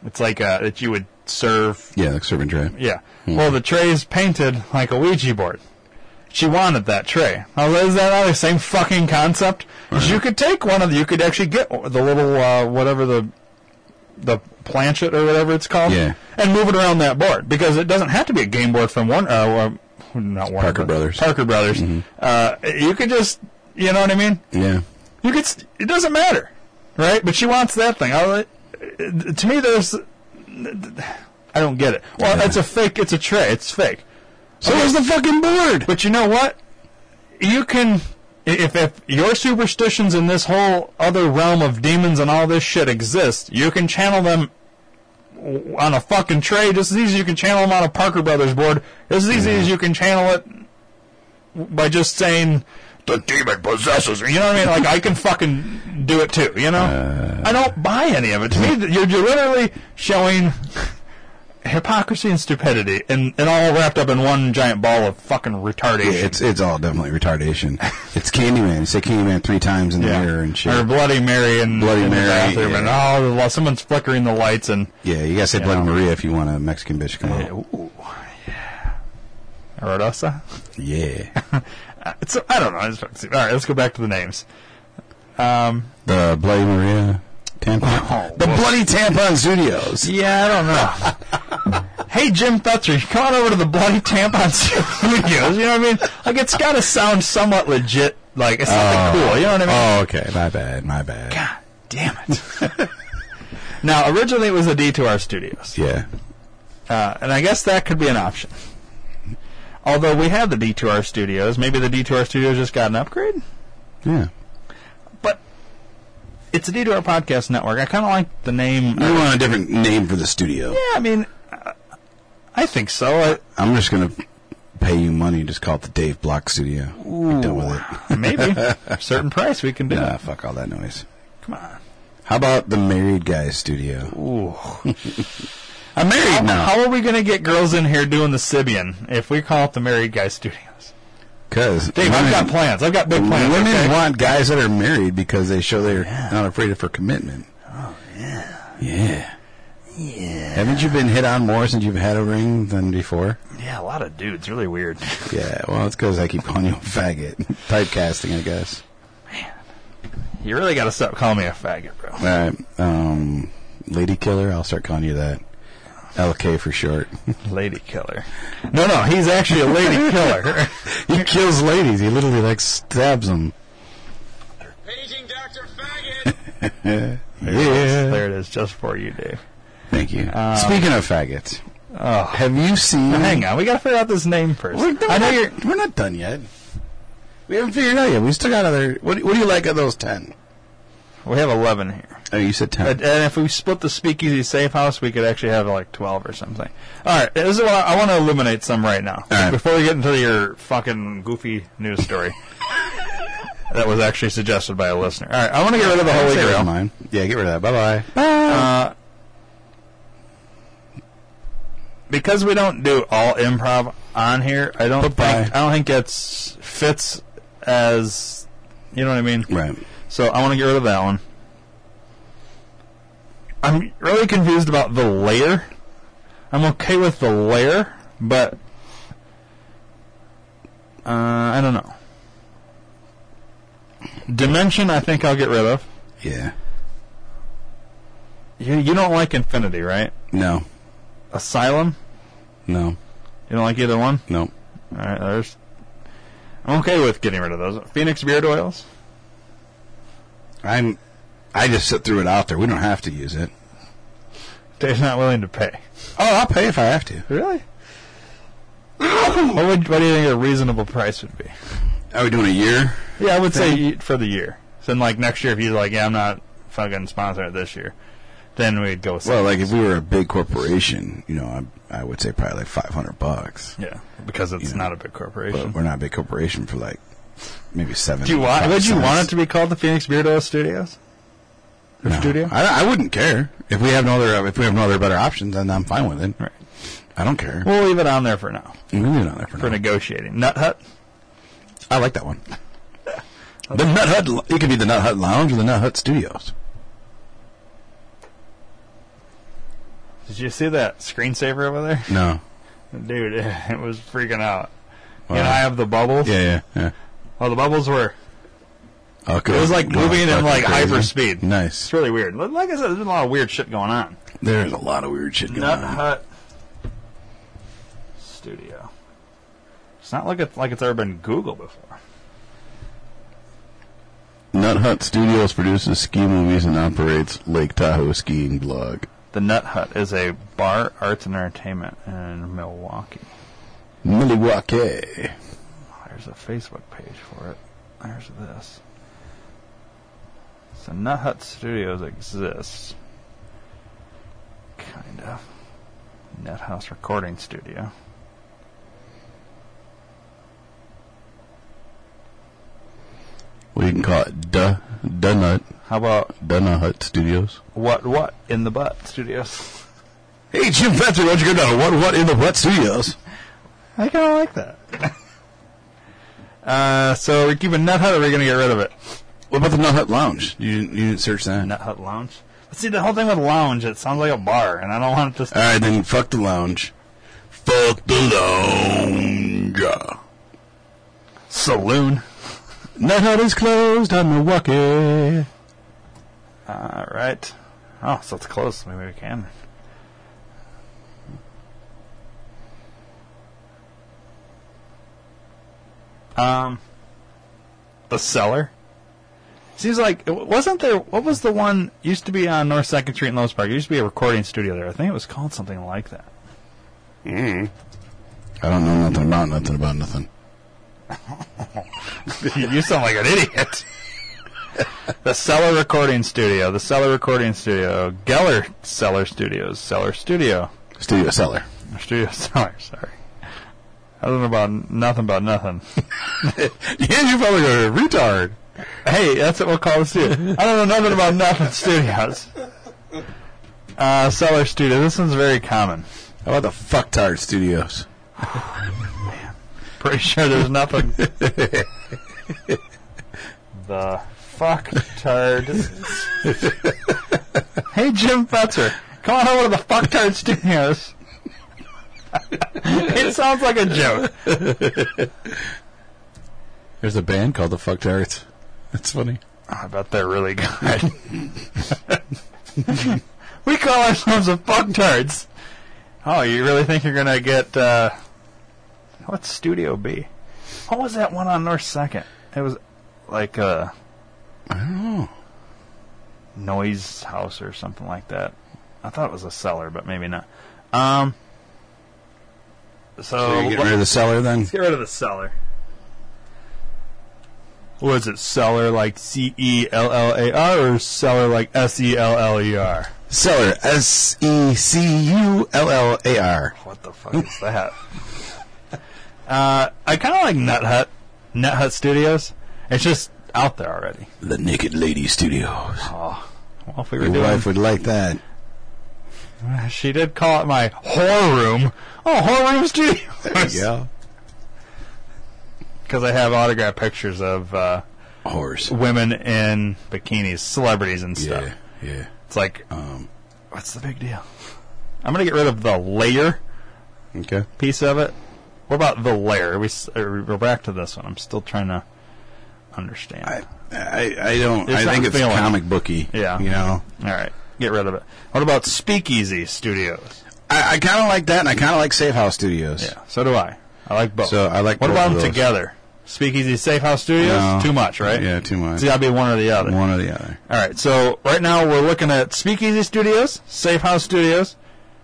Speaker 2: It's like uh, that you would serve.
Speaker 1: yeah, like servant tray.
Speaker 2: Yeah. Well, the tray is painted like a Ouija board. She wanted that tray. I was like, is that not the same fucking concept? 'Cause You could take one of the, you could actually get the little uh, whatever the the planchet or whatever it's called,
Speaker 1: Yeah.
Speaker 2: and move it around that board because it doesn't have to be a game board from one. Uh, or, not one
Speaker 1: Parker Brothers. Mm-hmm.
Speaker 2: Parker Brothers. Uh, you could just, you know what I mean?
Speaker 1: Yeah.
Speaker 2: You could. St- it doesn't matter, right? But she wants that thing. I, to me, there's. I don't get it. Well, it's a fake. It's a tray. It's fake. So is the fucking board. But you know what? You can. i- If, if your superstitions in this whole other realm of demons and all this shit exist, you can channel them w- on a fucking tray just as easy as you can channel them on a Parker Brothers board, just as easy as you can channel it by just saying the demon possesses me. You know what I mean? Like I can fucking do it too. You know, I don't buy any of it. To me, th- you're, you're literally showing hypocrisy and stupidity, and, and all wrapped up in one giant ball of fucking retardation.
Speaker 1: It's it's all definitely retardation. It's Candyman. You say Candyman three times in the mirror and shit.
Speaker 2: Or Bloody Mary in,
Speaker 1: Bloody
Speaker 2: in
Speaker 1: Mary,
Speaker 2: the bathroom,
Speaker 1: yeah.
Speaker 2: and oh, the lo- someone's flickering the lights, and
Speaker 1: yeah, you gotta say
Speaker 2: You
Speaker 1: Bloody
Speaker 2: know.
Speaker 1: Maria if you want a Mexican bitch to come out.
Speaker 2: ooh, yeah, Rodosa.
Speaker 1: Yeah,
Speaker 2: It's I don't know. It's fucking- all right, let's go back to the names. Um,
Speaker 1: the Bloody Maria tampon.
Speaker 2: Oh,
Speaker 1: the
Speaker 2: whoops.
Speaker 1: Bloody Tampon Studios.
Speaker 2: Yeah, I don't know. hey, Jim Fetzer, come on over to the bloody tampon studios. You know what I mean? Like, it's got to sound somewhat legit. Like, it's not cool. You know what I mean?
Speaker 1: Oh, okay. My bad. My bad.
Speaker 2: God damn it. now, originally it was the D2R Studios.
Speaker 1: Oh. Yeah.
Speaker 2: Uh, and I guess that could be an option. Although we have the D2R Studios. Maybe the D2R Studios just got an upgrade?
Speaker 1: Yeah.
Speaker 2: But it's a D2R Podcast Network. I kind of like the name.
Speaker 1: We want a different name for the studio.
Speaker 2: Yeah, I mean, I- I think so. I,
Speaker 1: I'm just gonna pay you money. Just call it the Dave Block Studio. Be done with it.
Speaker 2: Maybe. Certain price we can do.
Speaker 1: Nah, fuck all that noise.
Speaker 2: Come on.
Speaker 1: How about the Married Guys Studio?
Speaker 2: Ooh.
Speaker 1: I'm married
Speaker 2: How,
Speaker 1: now.
Speaker 2: how are we going to get girls in here doing the Sibian if we call it the Married Guy Studios?
Speaker 1: Because
Speaker 2: Dave, I've got plans. I've got big plans.
Speaker 1: Women
Speaker 2: okay?
Speaker 1: want guys that are married because they show they're not afraid of for commitment. Oh yeah. Yeah. Yeah. Haven't you been hit on more since you've had a ring than before?
Speaker 2: Yeah, a lot of dudes. Really weird.
Speaker 1: Yeah, well, it's because I keep calling you a faggot. Typecasting, I guess.
Speaker 2: You really got to stop calling me a faggot, bro.
Speaker 1: All right. Um, Lady Killer, I'll start calling you that. LK for short.
Speaker 2: Lady killer. No, no, he's actually a lady killer.
Speaker 1: he kills ladies. He literally, like, stabs them.
Speaker 3: Paging Dr. Faggot!
Speaker 1: Yeah.
Speaker 2: there it is, just for you, Dave.
Speaker 1: Thank you.
Speaker 2: Um,
Speaker 1: Speaking of faggots,
Speaker 2: oh.
Speaker 1: have you seen.
Speaker 2: Hang on, we got to figure out this name 1st
Speaker 1: We're, no,
Speaker 2: I know
Speaker 1: we're-
Speaker 2: you're.
Speaker 1: We're not done yet. We haven't figured it out yet. We still got other. What, what do you like of those 10?
Speaker 2: We have eleven here.
Speaker 1: Oh, you said 10.
Speaker 2: And, and if we split the speakeasy safe house, we could actually have like 12 or something. All right, this is what I, I want to eliminate some right now.
Speaker 1: All right.
Speaker 2: Before we get into your fucking goofy news story that was actually suggested by a listener. All right, I want to get rid of the Holy
Speaker 1: Say
Speaker 2: Grail.
Speaker 1: mine. Yeah, get rid of that. Bye bye.
Speaker 2: Because we don't do all improv on here, I don't
Speaker 1: Goodbye.
Speaker 2: think, I don't think that's fits as you know what I mean?
Speaker 1: Right.
Speaker 2: So I want to get rid of that one. I'm really confused about the layer. I'm okay with the layer, but uh, I don't know. Dimension, I think I'll get rid of.
Speaker 1: Yeah.
Speaker 2: You you don't like infinity, right?
Speaker 1: No.
Speaker 2: Asylum,
Speaker 1: No.
Speaker 2: you don't like either one.
Speaker 1: No.
Speaker 2: All right, there's. I'm okay with getting rid of those. Phoenix beard oils.
Speaker 1: I'm. I just sit through it out there. We don't have to use it.
Speaker 2: Dave's not willing to pay.
Speaker 1: Oh, I'll pay if I have to.
Speaker 2: Really? what would what do you think a reasonable price would be?
Speaker 1: Are we doing a year?
Speaker 2: Yeah, I would say for the year. So then, like next year, if he's like, "Yeah, I'm not fucking sponsoring it this year," then we'd go. With
Speaker 1: Well, like if we were a big corporation, you know, I, I would say probably like five hundred bucks.
Speaker 2: yeah, because it's
Speaker 1: Yeah.
Speaker 2: not a big
Speaker 1: But
Speaker 2: corporation.
Speaker 1: we're not a big corporation for like maybe seven.
Speaker 2: Do you want? Would you want it to be called the Phoenix Beard Oil Studios? Or studio?
Speaker 1: I, I wouldn't care if we have no other if we have no other better options. Then I'm fine with it.
Speaker 2: Right.
Speaker 1: I don't care.
Speaker 2: We'll leave it on there for now
Speaker 1: we leave it on there for,
Speaker 2: for
Speaker 1: now.
Speaker 2: negotiating. Nut Hut.
Speaker 1: I like that one. the Nut Hut. Lo- It could be the Nut Hut Lounge or the Nut Hut Studios.
Speaker 2: Did you see that screensaver over there,
Speaker 1: No.
Speaker 2: dude? It was freaking out.
Speaker 1: Wow.
Speaker 2: You know, I have the bubbles.
Speaker 1: Yeah, yeah, yeah.
Speaker 2: Well, the bubbles were.
Speaker 1: Oh,
Speaker 2: It was like moving in like hyper
Speaker 1: hyperspeed.
Speaker 2: speed.
Speaker 1: Nice.
Speaker 2: It's really weird. Like I said, there's a lot of weird shit going on.
Speaker 1: There's a lot of weird shit going
Speaker 2: Nut
Speaker 1: on.
Speaker 2: Hut Studio. It's not like it's like it's ever been Google before.
Speaker 1: No, Nut Hut Studios produces ski movies and operates Lake Tahoe skiing blog.
Speaker 2: The Nut Hut is a bar, arts, and entertainment in Milwaukee.
Speaker 1: Milwaukee.
Speaker 2: There's a Facebook page for it. There's this. So Nut Hut Studios exists. Kind of. Nut House Recording Studio.
Speaker 1: Well, you can call it Duh Duh Nut.
Speaker 2: How about
Speaker 1: Duh Nut Hut Studios?
Speaker 2: What What in the Butt Studios.
Speaker 1: Hey, Jim Fenton, why don't you go down to What What in the Butt Studios?
Speaker 2: I kind of like that. uh, so we're keeping Nut Hut or we're going to get rid of it?
Speaker 1: What about the Nut Hut Lounge? You didn't, you didn't search that.
Speaker 2: Nut Hut Lounge? But see, the whole thing with lounge, it sounds like a bar, and I don't want it to.
Speaker 1: All right, then fuck the lounge. Fuck the lounge.
Speaker 2: Saloon.
Speaker 1: Nut Hut is closed on Milwaukee.
Speaker 2: All right. Oh, so it's close. Maybe we can. Um, the cellar. Seems like wasn't there? What was the one used to be on North Second Street in Lowe's Park? It used to be a recording studio there. I think it was called something like that.
Speaker 1: Mm. I don't know nothing about nothing about nothing.
Speaker 2: you sound like an idiot. the Cellar Recording Studio, the Cellar Recording Studio, Geller Cellar Studios, Cellar Studio,
Speaker 1: Studio Cellar.
Speaker 2: Studio Cellar. Sorry, I don't know about nothing about nothing.
Speaker 1: Yeah, you probably a retard.
Speaker 2: Hey, that's what we'll call the studio. I don't know nothing about nothing studios. Uh, Cellar Studio. This one's very common.
Speaker 1: How about the Fucktard Studios?
Speaker 2: Pretty sure there's nothing. the fuck tard. hey, Jim Fetzer, come on over to the fuck tard studios. it sounds like a joke.
Speaker 1: There's a band called the Fucktards. That's funny.
Speaker 2: I bet they're really good. we call ourselves the fuck tards. Oh, you really think you're gonna get uh, what's Studio B? What was that one on North Second? It was like uh, a
Speaker 1: I don't know.
Speaker 2: noise house or something like that. I thought it was a cellar, but maybe not. Um. So,
Speaker 1: Are you
Speaker 2: let-
Speaker 1: getting rid of the cellar then?
Speaker 2: Let's get rid of the cellar. Was it cellar like C E L L A R or cellar like S E L L E R?
Speaker 1: Cellar. S E C U L L A R.
Speaker 2: What the fuck is that? uh, I kind of like Nut Hut, Nut Hut Studios. It's just out there already.
Speaker 1: The Naked Lady Studios.
Speaker 2: Well, if we were
Speaker 1: Your
Speaker 2: doing,
Speaker 1: wife would like that.
Speaker 2: she did call it my horror room. Oh, horror room studios. because I have autograph pictures of uh,
Speaker 1: Horse.
Speaker 2: women in bikinis, celebrities and stuff.
Speaker 1: Yeah. Yeah.
Speaker 2: It's like
Speaker 1: Um.
Speaker 2: What's the big deal? I'm gonna get rid of the layer
Speaker 1: Okay.
Speaker 2: piece of it. What about the layer? Are we s- are we're back to this one. I'm still trying to understand.
Speaker 1: I I, I don't.
Speaker 2: It's
Speaker 1: I think
Speaker 2: not
Speaker 1: it's
Speaker 2: feeling.
Speaker 1: comic booky.
Speaker 2: Yeah.
Speaker 1: You know.
Speaker 2: All right, get rid of it. What about Speakeasy Studios?
Speaker 1: I, I kind of like that, and I kind of like Safe House Studios.
Speaker 2: Yeah, so do I. I like both.
Speaker 1: So I like
Speaker 2: What
Speaker 1: both
Speaker 2: about
Speaker 1: of
Speaker 2: them
Speaker 1: those.
Speaker 2: together? Speakeasy Safe House Studios.
Speaker 1: No.
Speaker 2: Too much, right?
Speaker 1: Yeah, too much.
Speaker 2: It's got to be one or the other.
Speaker 1: One or the other.
Speaker 2: All right. So right now we're looking at Speakeasy Studios, Safe House Studios,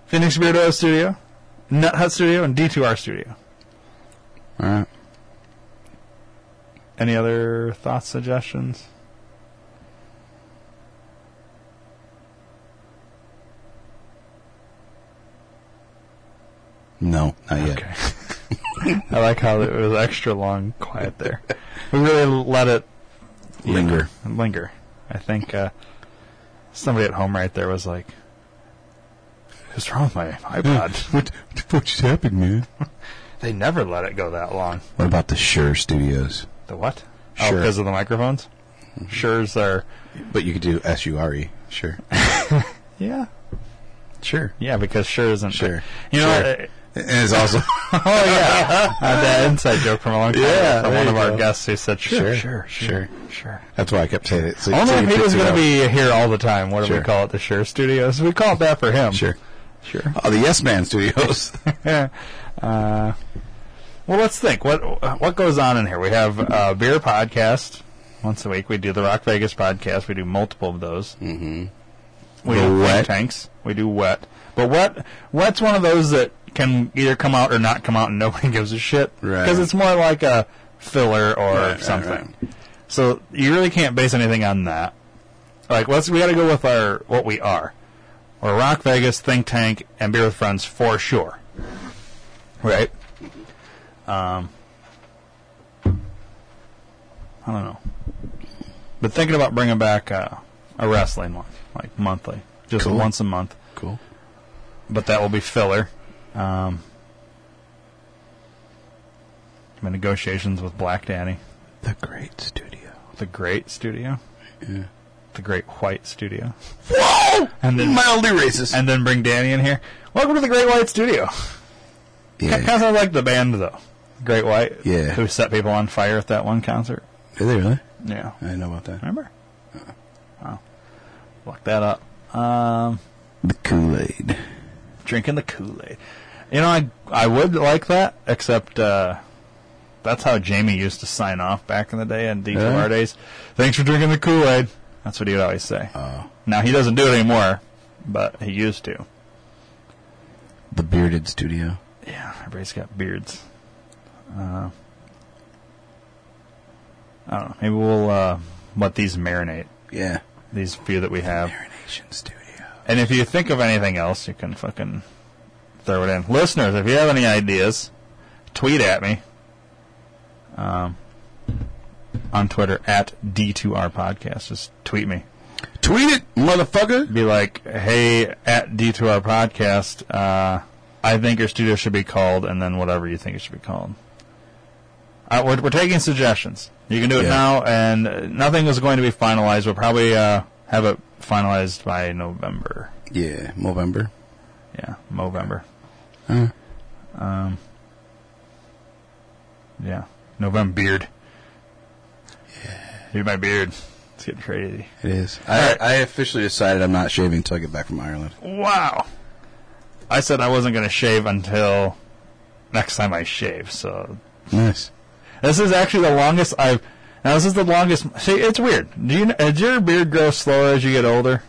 Speaker 2: Phoenix Weirdo Studio, Nut Hut Studio, and D2R Studio.
Speaker 1: All right.
Speaker 2: Any other thoughts, suggestions?
Speaker 1: No, not yet.
Speaker 2: I like how it was extra long, quiet there. We really let it
Speaker 1: Linger.
Speaker 2: linger. I think uh, somebody at home right there was like, "What's wrong with my iPod?"
Speaker 1: What, what the fuck just happened, man?
Speaker 2: they never let it go that long.
Speaker 1: What about the Sure Studios?
Speaker 2: The what? Oh,
Speaker 1: Sure.
Speaker 2: because of the microphones. Mm-hmm. Sure's are
Speaker 1: But you could do S U R E. Sure.
Speaker 2: yeah,
Speaker 1: Sure.
Speaker 2: yeah, because Sure isn't
Speaker 1: Sure.
Speaker 2: You know,
Speaker 1: Sure.
Speaker 2: what? Uh,
Speaker 1: And it's also.
Speaker 2: oh yeah, I had that inside joke from a long time ago
Speaker 1: Yeah,
Speaker 2: from
Speaker 1: there
Speaker 2: one
Speaker 1: you
Speaker 2: of our
Speaker 1: go.
Speaker 2: guests who said
Speaker 1: Sure,
Speaker 2: Sure, Sure,
Speaker 1: sure.
Speaker 2: Sure, Sure.
Speaker 1: That's why I kept saying it. So,
Speaker 2: Only
Speaker 1: so you
Speaker 2: if he
Speaker 1: could
Speaker 2: was
Speaker 1: see
Speaker 2: going
Speaker 1: how-
Speaker 2: to be here all the time. What do
Speaker 1: Sure.
Speaker 2: we call it? The Sure Studios. We call it that for him.
Speaker 1: Sure.
Speaker 2: Sure.
Speaker 1: Oh, the Yes Man Studios.
Speaker 2: uh, well, let's think. What what goes on in here? We have uh, beer podcast, once a week. We do the Rock Vegas podcast. We do multiple of those. Mm-hmm. We
Speaker 1: The
Speaker 2: do think
Speaker 1: wet.
Speaker 2: tanks. We do wet. But wet wet's one of those that can either come out or not come out, and nobody gives a shit
Speaker 1: Right.
Speaker 2: because it's more like a filler or
Speaker 1: Right, right,
Speaker 2: something. So you really can't base anything on that. Like let's we got to go with our what we are. We're Rock Vegas, Think Tank, and Beer with Friends for sure. Right. Um. I don't know. But thinking about bringing back uh, a wrestling one, like monthly, just
Speaker 1: Cool.
Speaker 2: once a month.
Speaker 1: Cool.
Speaker 2: But that will be filler. Um, my negotiations with Black Danny,
Speaker 1: The great studio.
Speaker 2: the great studio,
Speaker 1: Yeah.
Speaker 2: the great white studio,
Speaker 1: Whoa!
Speaker 2: and then
Speaker 1: Mildly racist.
Speaker 2: and then bring Danny in here. Welcome to the Great White Studio. Kind
Speaker 1: yeah.
Speaker 2: of sounds like the band though, Great White.
Speaker 1: Yeah.
Speaker 2: Who set people on fire at that one concert?
Speaker 1: Did they really?
Speaker 2: Yeah.
Speaker 1: I didn't know about that.
Speaker 2: Remember? Wow. Look that up. Um,
Speaker 1: The Kool Aid.
Speaker 2: drinking the Kool Aid. You know, I I would like that, except uh, that's how Jamie used to sign off back in the day in D2R
Speaker 1: Yeah.
Speaker 2: days. Thanks for drinking the Kool Aid. That's what he would always say.
Speaker 1: Oh.
Speaker 2: Now he doesn't do it anymore, but he used to.
Speaker 1: The bearded studio.
Speaker 2: Yeah, everybody's got beards. Uh, I don't know. Maybe we'll uh, let these marinate.
Speaker 1: Yeah.
Speaker 2: These few that we have.
Speaker 1: Marination studio.
Speaker 2: And if you think of anything else, you can fucking throw it in. Listeners, if you have any ideas, tweet at me. Um, on Twitter at D2R Podcast. Just tweet me.
Speaker 1: Tweet it, motherfucker.
Speaker 2: Be like, hey, at D2R Podcast, uh, I think your studio should be called, and then whatever you think it should be called. Uh, we're, we're taking suggestions. You can do it
Speaker 1: Yeah.
Speaker 2: now, and uh, nothing is going to be finalized. We'll probably uh, have it finalized by November.
Speaker 1: Yeah, November.
Speaker 2: Yeah, November.
Speaker 1: Huh.
Speaker 2: Um. Yeah, November beard. Yeah, dude, my beard. It's getting crazy.
Speaker 1: It is. I, I officially decided I'm not shaving until I get back from Ireland.
Speaker 2: Wow. I said I wasn't gonna shave until next time I shave. So
Speaker 1: Nice.
Speaker 2: this is actually the longest I've. Now this is the longest. See, it's weird. Do you does your beard grow slower as you get older?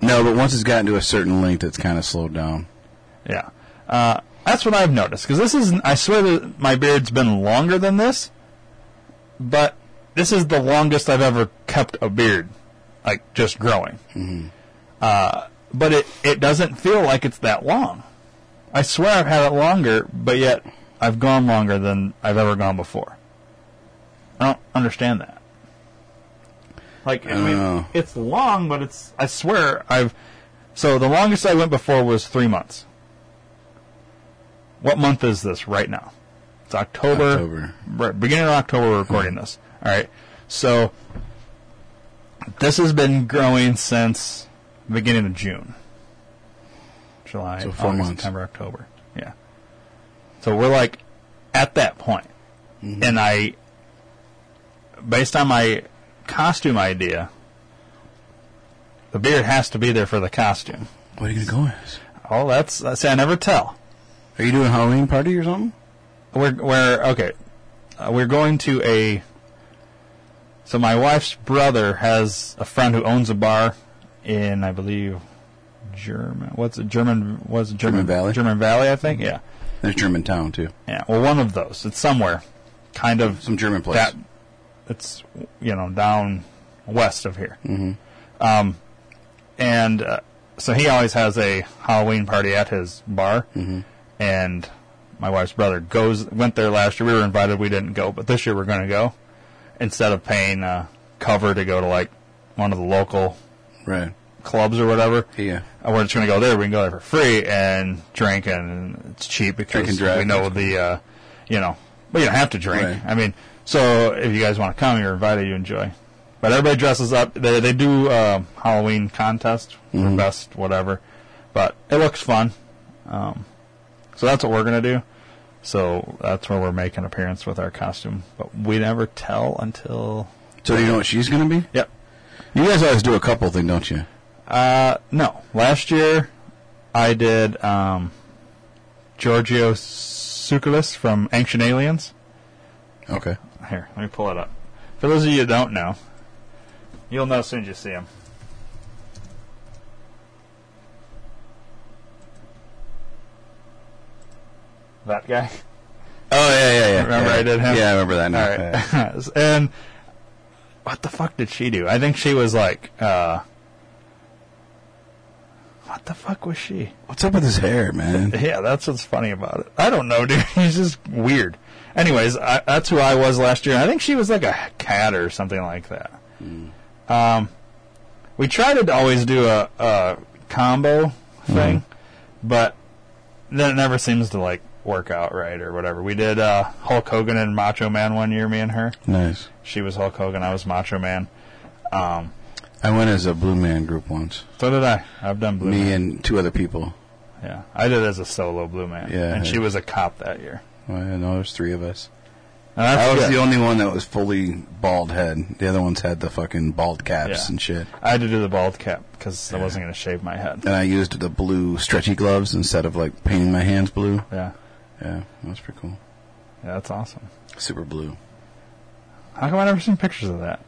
Speaker 1: No, but once it's gotten to a certain length, it's kind of slowed down.
Speaker 2: Yeah. Uh, that's what I've noticed. Because this is, I swear that my beard's been longer than this, but this is the longest I've ever kept a beard, like just growing. Uh, but it, it doesn't feel like it's that long. I swear I've had it longer, but yet I've gone longer than I've ever gone before. I don't understand that. Like, I
Speaker 1: don't
Speaker 2: mean,
Speaker 1: know.
Speaker 2: it's long, but it's, I swear I've, so the longest I went before was three months. What month is this right now? It's October.
Speaker 1: October.
Speaker 2: Right, beginning of October, we're recording this. All right. So this has been growing since the beginning of June, July,
Speaker 1: So four
Speaker 2: August,
Speaker 1: months.
Speaker 2: September, October. Yeah. So we're like at that point.
Speaker 1: Mm-hmm.
Speaker 2: and I, based on my costume idea, the beard has to be there for the costume.
Speaker 1: What are you going to go as?
Speaker 2: Oh, that's see, I never tell.
Speaker 1: Are you doing a Halloween party or something?
Speaker 2: we're we're okay. Uh, we're going to a. So my wife's brother has a friend who owns a bar in, I believe, German. What's it? German? Was it German,
Speaker 1: German Valley?
Speaker 2: German Valley, I think. Yeah,
Speaker 1: There's Germantown, too.
Speaker 2: yeah. Well, one of those. It's somewhere, kind of
Speaker 1: Some German place.
Speaker 2: that. It's you know down west of here. Mm-hmm. Um, and uh, so he always has a Halloween party at his bar,
Speaker 1: Mm-hmm.
Speaker 2: and my wife's brother goes went there last year. We were invited, we didn't go, but this year we're going to go instead of paying uh, cover to go to like one of the local
Speaker 1: Right.
Speaker 2: clubs or whatever.
Speaker 1: Yeah.
Speaker 2: Uh, We're just going to go there. We can go there for free and drink, and it's cheap because
Speaker 1: Drink and drive.
Speaker 2: we know the, uh, you know, but you don't have to drink.
Speaker 1: Right.
Speaker 2: I mean, so if you guys want to come, you're invited. You enjoy. But everybody dresses up. They they do um Halloween contest
Speaker 1: Mm-hmm.
Speaker 2: for best whatever, but it looks fun. Um, so that's what we're gonna do. So that's where we're making appearance with our costume, but we never tell until.
Speaker 1: So do you know what she's going to be?
Speaker 2: Yep.
Speaker 1: You guys always do a couple thing, don't you?
Speaker 2: Uh, no. Last year, I did um, Giorgio Tsoukalis from Ancient Aliens.
Speaker 1: Okay.
Speaker 2: Here, let me pull it up. For those of you who don't know, you'll know as soon as you see him. That guy.
Speaker 1: Oh yeah, yeah, yeah.
Speaker 2: Remember
Speaker 1: yeah.
Speaker 2: I did him?
Speaker 1: Yeah, I remember that now. Yeah.
Speaker 2: All right. and what the fuck did she do? I think she was like, uh, what the fuck was she?
Speaker 1: What's up with his hair, man?
Speaker 2: Yeah, that's what's funny about it. I don't know, dude. He's just weird. Anyways, I, that's who I was last year. I think she was like a cat or something like that.
Speaker 1: Hmm.
Speaker 2: Um, we try to always do a, a combo thing,
Speaker 1: Hmm.
Speaker 2: but then it never seems to like work out right or whatever. We did uh, Hulk Hogan and Macho Man one year, me and her.
Speaker 1: Nice.
Speaker 2: She was Hulk Hogan, I was Macho Man. Um,
Speaker 1: I went as a blue man group once.
Speaker 2: so did I. I've done Blue
Speaker 1: Me
Speaker 2: Man.
Speaker 1: and two other people.
Speaker 2: Yeah, I did as a solo Blue Man.
Speaker 1: Yeah.
Speaker 2: and she was a cop that year.
Speaker 1: Well, I know there's three of us.
Speaker 2: And that's
Speaker 1: I was
Speaker 2: good.
Speaker 1: the only one that was fully bald head. The other ones had the fucking bald caps
Speaker 2: Yeah.
Speaker 1: and shit.
Speaker 2: I had to do the bald cap because I wasn't going to shave my head.
Speaker 1: And I used the blue stretchy gloves instead of like painting my hands blue.
Speaker 2: Yeah,
Speaker 1: Yeah, that was pretty cool.
Speaker 2: yeah, that's awesome.
Speaker 1: Super blue.
Speaker 2: How come I never seen pictures of that?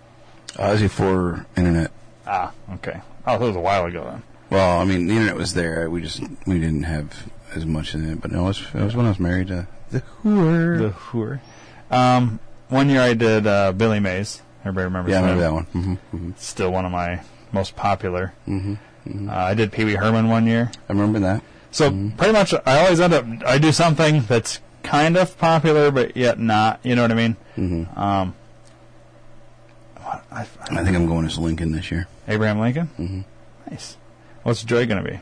Speaker 1: Uh, that was before internet.
Speaker 2: Ah, okay. Oh, that was a while ago then.
Speaker 1: Well, I mean, the internet was there. We just we didn't have as much in it. But no, it was, it was when I was married to the whore.
Speaker 2: The whore. Um, one year I did uh, Billy Mays. Everybody remembers
Speaker 1: yeah, I
Speaker 2: that?
Speaker 1: remember that one. hmm hmm
Speaker 2: It's Still one of my most popular.
Speaker 1: hmm
Speaker 2: Uh, I did Pee Wee Herman one year.
Speaker 1: I remember that.
Speaker 2: So pretty much, I always end up I do something that's kind of popular, but yet not. You know what I mean?
Speaker 1: hmm
Speaker 2: Um, what- I, I-
Speaker 1: I think I'm going as Lincoln this year.
Speaker 2: Abraham Lincoln.
Speaker 1: Mhm.
Speaker 2: Nice. What's Joy gonna be?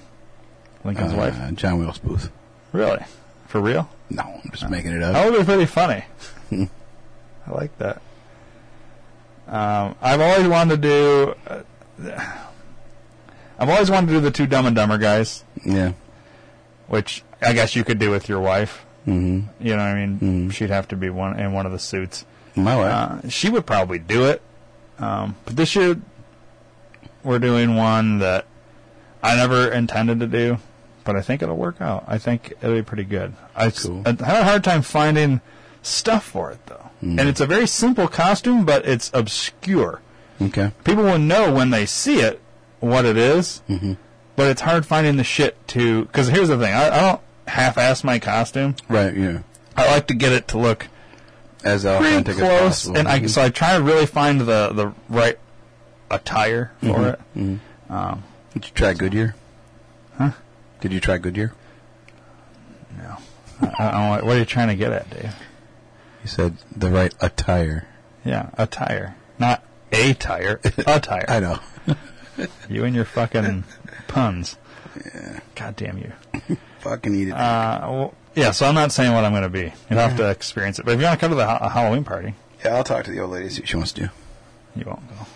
Speaker 2: Lincoln's
Speaker 1: Uh,
Speaker 2: wife.
Speaker 1: John Wilkes Booth.
Speaker 2: Really? For real?
Speaker 1: No, I'm just making it up.
Speaker 2: That would be pretty funny. I like that. Um, I've always wanted to do. Uh, I've always wanted to do the two Dumb and Dumber guys,
Speaker 1: Yeah.
Speaker 2: which I guess you could do with your wife.
Speaker 1: hmm
Speaker 2: You know what I mean?
Speaker 1: Mhm.
Speaker 2: She'd have to be one in one of the suits.
Speaker 1: My wife.
Speaker 2: Uh, she would probably do it. Um, but this year, we're doing one that I never intended to do, but I think it'll work out. I think it'll be pretty good. I,
Speaker 1: Cool.
Speaker 2: I had a hard time finding stuff for it, though. And it's a very simple costume, but it's obscure.
Speaker 1: okay.
Speaker 2: People will know when they see it what it is, but it's hard finding the shit to. Because here's the thing I, I don't half ass my costume,
Speaker 1: Right. Yeah.
Speaker 2: I like to get it to look
Speaker 1: As
Speaker 2: pretty
Speaker 1: authentic as
Speaker 2: close,
Speaker 1: possible.
Speaker 2: and I
Speaker 1: Mhm.
Speaker 2: so I try to really find the the right attire for
Speaker 1: Mm-hmm.
Speaker 2: it.
Speaker 1: Did you try Goodyear? Huh? Did you try Goodyear?
Speaker 2: I, I don't, what are you trying to get at, Dave?
Speaker 1: You said the right attire.
Speaker 2: Yeah, attire, not a tire, attire.
Speaker 1: I know.
Speaker 2: You and your fucking puns. Yeah. God damn you.
Speaker 1: Fucking eat it.
Speaker 2: Uh, well, yeah, so I'm not saying what I'm going to be. You'll have to experience it. But if you want to come to the ha- Halloween party,
Speaker 1: yeah, I'll talk to the old lady. See what she wants to do.
Speaker 2: you won't go.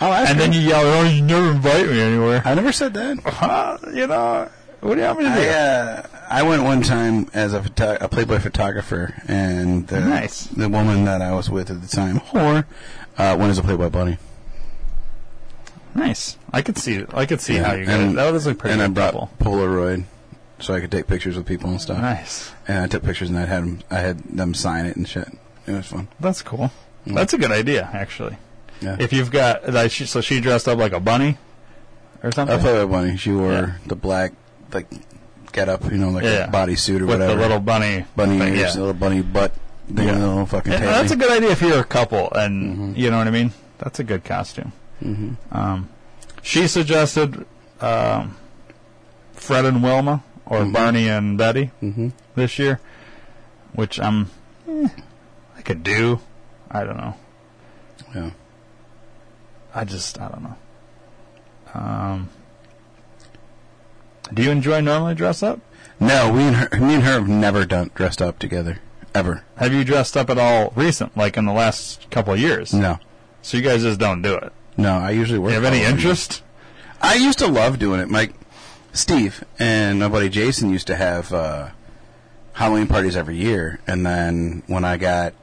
Speaker 1: I'll ask
Speaker 2: And
Speaker 1: her. Oh,
Speaker 2: then you yell, "Oh, you never invite me anywhere."
Speaker 1: I never said that.
Speaker 2: Huh? you know, what do you want me to do?
Speaker 1: I, uh, I went one time as a, photo- a Playboy photographer, and the,
Speaker 2: Nice.
Speaker 1: the woman that I was with at the time, whore, uh, went as a Playboy bunny.
Speaker 2: Nice. I could see. I could see
Speaker 1: Yeah,
Speaker 2: how you got it. That was a pretty
Speaker 1: And I
Speaker 2: good
Speaker 1: brought
Speaker 2: couple.
Speaker 1: Polaroid, so I could take pictures with people and stuff.
Speaker 2: Nice.
Speaker 1: And I took pictures, and I had 'em- I had them sign it and shit. It was fun.
Speaker 2: That's cool. That's a good idea, actually.
Speaker 1: Yeah.
Speaker 2: If you've got like, she, so she dressed up like a bunny or
Speaker 1: a
Speaker 2: something
Speaker 1: Playboy bunny, she wore
Speaker 2: Yeah.
Speaker 1: the black like get up, you know, like
Speaker 2: Yeah.
Speaker 1: a bodysuit or
Speaker 2: with
Speaker 1: whatever.
Speaker 2: the little bunny
Speaker 1: bunny
Speaker 2: thing,
Speaker 1: ears,
Speaker 2: yeah.
Speaker 1: the little bunny butt thing,
Speaker 2: Yeah.
Speaker 1: and the little fucking
Speaker 2: And
Speaker 1: tail.
Speaker 2: that's a
Speaker 1: thing.
Speaker 2: good idea if you're a couple, and you know what I mean. That's a good costume. Mm-hmm. Um, she suggested um, Fred and Wilma or Barney and Betty this year, which I'm eh, I could do. I don't know.
Speaker 1: Yeah.
Speaker 2: I just I don't know. Um, do you enjoy normally dress up?
Speaker 1: No, we and her, me and her have never done dressed up together ever.
Speaker 2: Have you dressed up at all recent, like in the last couple of years?
Speaker 1: No,
Speaker 2: So you guys just don't do it.
Speaker 1: no. I usually work.
Speaker 2: You have any
Speaker 1: Halloween.
Speaker 2: interest?
Speaker 1: I used to love doing it. Mike, Steve, and my buddy Jason used to have uh, Halloween parties every year. And then when I got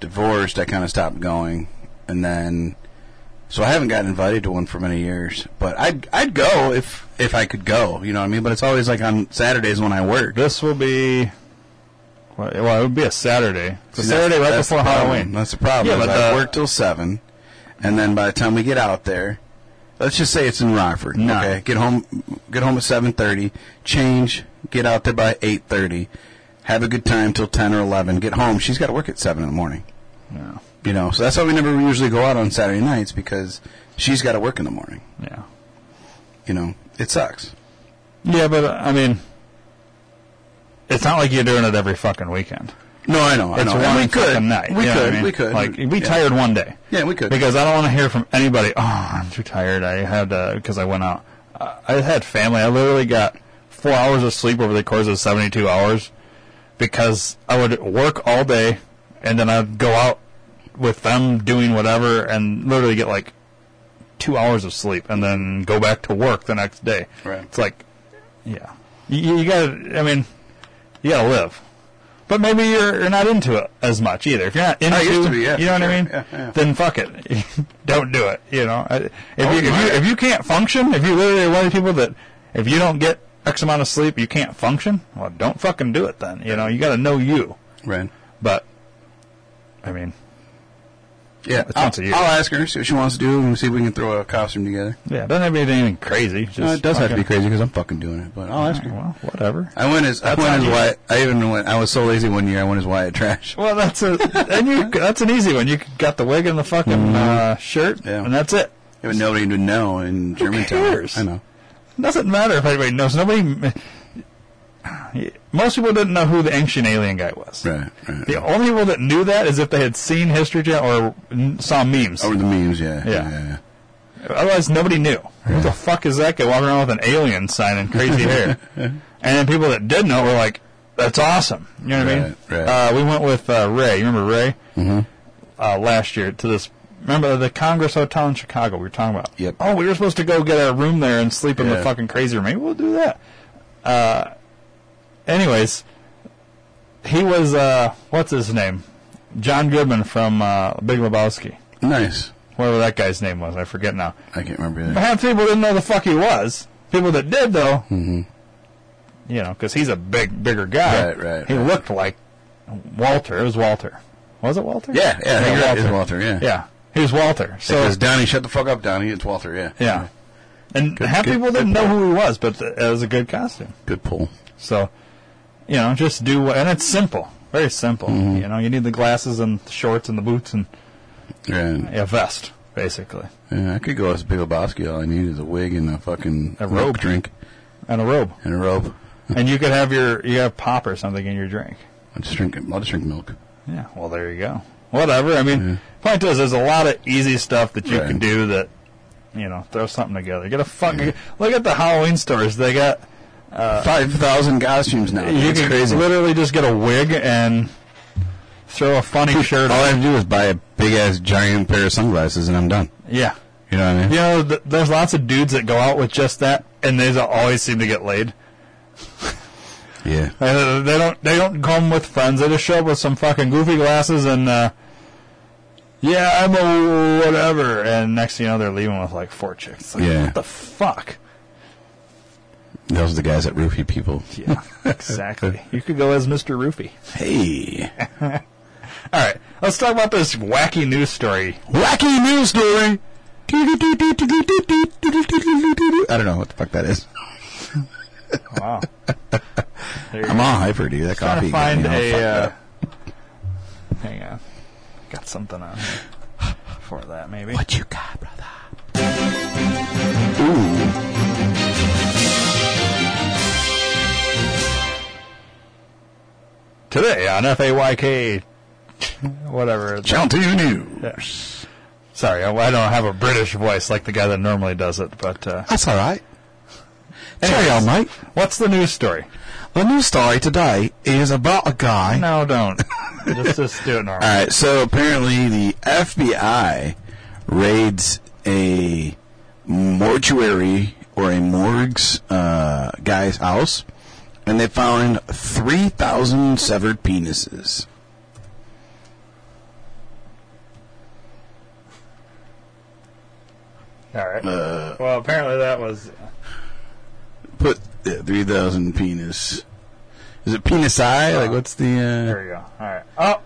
Speaker 1: divorced, I kind of stopped going. And then, so I haven't gotten invited to one for many years. But I'd I'd go if if I could go. You know what I mean? But it's always like on Saturdays when I work.
Speaker 2: This will be Well, it- well, it would be a Saturday. It's a Saturday right
Speaker 1: that's
Speaker 2: before
Speaker 1: the problem.
Speaker 2: Halloween.
Speaker 1: That's the problem.
Speaker 2: Yeah,
Speaker 1: is
Speaker 2: but
Speaker 1: I
Speaker 2: the-
Speaker 1: work till seven, and then by the time we get out there, let's just say it's in Rockford.
Speaker 2: No.
Speaker 1: Okay, get home, get home at seven thirty. Change, get out there by eight thirty. Have a good time till ten or eleven. Get home. She's got to work at seven in the morning.
Speaker 2: Yeah.
Speaker 1: You know, so that's why we never usually go out on Saturday nights because she's got to work in the morning.
Speaker 2: Yeah.
Speaker 1: You know, it sucks.
Speaker 2: Yeah, but uh, I mean, it's not like you're doing it every fucking weekend.
Speaker 1: No, I know. I
Speaker 2: it's
Speaker 1: know.
Speaker 2: one
Speaker 1: And we could.
Speaker 2: fucking night.
Speaker 1: We
Speaker 2: you know
Speaker 1: could.
Speaker 2: what I mean?
Speaker 1: We could.
Speaker 2: Like be
Speaker 1: Yeah.
Speaker 2: tired one day.
Speaker 1: Yeah, we could.
Speaker 2: Because I don't want to hear from anybody. Oh, I'm too tired. I had because I went out. I, I had family. I literally got four hours of sleep over the course of 72 hours because I would work all day and then I'd go out with them doing whatever and literally get like two hours of sleep and then go back to work the next day.
Speaker 1: Right.
Speaker 2: It's like, yeah, you, you gotta. I mean, you gotta live. But maybe you're, you're not into it as much either. If you're not into,
Speaker 1: I used to be, yeah,
Speaker 2: you know what
Speaker 1: sure.
Speaker 2: I mean.
Speaker 1: Yeah, yeah.
Speaker 2: Then fuck it, don't do it. You know, I- if,
Speaker 1: Oh,
Speaker 2: you, if
Speaker 1: my.
Speaker 2: you if you can't function, if you literally are one of the people that if you don't get X amount of sleep, you can't function. Well, don't fucking do it then. You know, you gotta know you.
Speaker 1: Right.
Speaker 2: But I mean,
Speaker 1: Yeah,
Speaker 2: It's
Speaker 1: I'll,
Speaker 2: once a year.
Speaker 1: I'll ask her see what she wants to do and see if we can throw a costume together.
Speaker 2: yeah, it doesn't have to be anything crazy. Just
Speaker 1: no, it does have to be
Speaker 2: fucking-
Speaker 1: crazy because I'm fucking doing it. But I'll ask her.
Speaker 2: Well, whatever.
Speaker 1: I went as I went as Wyatt. I even went. I was so lazy one year. I went as Wyatt Trash.
Speaker 2: Well, that's a and you that's an easy one. You got the wig and the fucking uh, shirt,
Speaker 1: Mm-hmm. Yeah.
Speaker 2: and that's it.
Speaker 1: Yeah, but nobody would know in Germantown.
Speaker 2: cares?
Speaker 1: I know.
Speaker 2: Doesn't matter if anybody knows. Nobody. Most people didn't know who the ancient alien guy was.
Speaker 1: Right. Right.
Speaker 2: The only people that knew that is if they had seen History Channel or n- saw memes.
Speaker 1: Over the memes. Yeah.
Speaker 2: Yeah.
Speaker 1: yeah.
Speaker 2: Otherwise, nobody knew. Who the fuck is that guy walking around with an alien sign and crazy hair? And then people that did know were like, that's awesome. You know what I mean?
Speaker 1: Right, right.
Speaker 2: Uh, we went with uh, Ray. You remember Ray? Mm-hmm. Uh, last year to this. Remember the Congress Hotel in Chicago we were talking about?
Speaker 1: Yep.
Speaker 2: Oh, we were supposed to go get a room there and sleep in
Speaker 1: Yeah.
Speaker 2: the fucking crazy room. Maybe we'll do that. Uh, anyways, he was, uh, what's his name? John Goodman from uh, Big Lebowski.
Speaker 1: Nice.
Speaker 2: Whatever that guy's name was. I forget now.
Speaker 1: I can't remember either.
Speaker 2: Perhaps people didn't know the fuck he was. People that did, though, you know, because he's a big, bigger guy.
Speaker 1: Mm-hmm. Right, right,
Speaker 2: He
Speaker 1: right.
Speaker 2: looked like Walter. It was Walter. Was it Walter?
Speaker 1: Yeah, yeah, I think you're right. It's Walter, yeah.
Speaker 2: yeah. He was Walter. So
Speaker 1: Because Donnie, shut the fuck up, Donnie. It's Walter. Yeah.
Speaker 2: yeah, and
Speaker 1: Good-
Speaker 2: half
Speaker 1: good-
Speaker 2: people didn't
Speaker 1: good
Speaker 2: know
Speaker 1: point.
Speaker 2: who he was, but th- it was a good costume.
Speaker 1: Good pull.
Speaker 2: So you know, just do what, and it's simple, very simple.
Speaker 1: Mm-hmm.
Speaker 2: You know, you need the glasses and the shorts and the boots and
Speaker 1: Yeah.
Speaker 2: a vest, basically,
Speaker 1: yeah. I could go as Big Lebowski. All I need is a wig and a fucking
Speaker 2: A
Speaker 1: milk
Speaker 2: robe.
Speaker 1: drink
Speaker 2: and a robe.
Speaker 1: and a robe.
Speaker 2: and you could have your you have pop or something in your drink.
Speaker 1: I'll just drink. I'll just drink milk.
Speaker 2: Yeah, well, there you go. Whatever. I mean, point is, there's a lot of easy stuff that you
Speaker 1: Right.
Speaker 2: can do that, you know, throw something together. Get a fucking look at the Halloween stores. They got
Speaker 1: Five thousand costumes now.
Speaker 2: you
Speaker 1: It's
Speaker 2: can
Speaker 1: crazy.
Speaker 2: literally just get a wig and throw a funny shirt.
Speaker 1: All I
Speaker 2: on.
Speaker 1: have to do is buy a big ass giant pair of sunglasses and I'm done.
Speaker 2: Yeah,
Speaker 1: You know what I mean?
Speaker 2: you know, th- there's lots of dudes that go out with just that, and they always seem to get laid.
Speaker 1: Yeah.
Speaker 2: Uh, they don't. They don't come with friends. They just show up with some fucking goofy glasses and. Uh, yeah, I'm a whatever, and next thing you know, they're leaving with like four chicks. Like,
Speaker 1: Yeah.
Speaker 2: What the fuck?
Speaker 1: Those are the guys that roofie people.
Speaker 2: Yeah, exactly. You could go as Mr. Roofy.
Speaker 1: Hey.
Speaker 2: All right, let's talk about this wacky news story.
Speaker 1: Wacky news story. I don't know what the fuck that is.
Speaker 2: Wow. There you
Speaker 1: I'm
Speaker 2: go.
Speaker 1: all hyper, dude. That
Speaker 2: trying
Speaker 1: coffee.
Speaker 2: to find
Speaker 1: got me all
Speaker 2: a.
Speaker 1: fucked
Speaker 2: Uh,
Speaker 1: up.
Speaker 2: hang on, got something on here for that maybe.
Speaker 1: What you got, brother?
Speaker 2: Today on FAYK, whatever. it's-
Speaker 1: Channel Two News.
Speaker 2: Sorry, I, I don't have a British voice like the guy that normally does it, but uh,
Speaker 1: That's all right. Carry on, mate.
Speaker 2: what's the news story?
Speaker 1: The news story today is about a guy.
Speaker 2: No, don't. just, just do it normal.
Speaker 1: All right. So apparently, the FBI raids a mortuary or a morgue's uh, guy's house, and they found three thousand severed penises.
Speaker 2: All right. well, apparently that was
Speaker 1: Put uh, three thousand penis Is it penis eye? Like what's the? Uh...
Speaker 2: There you go. All right. Oh.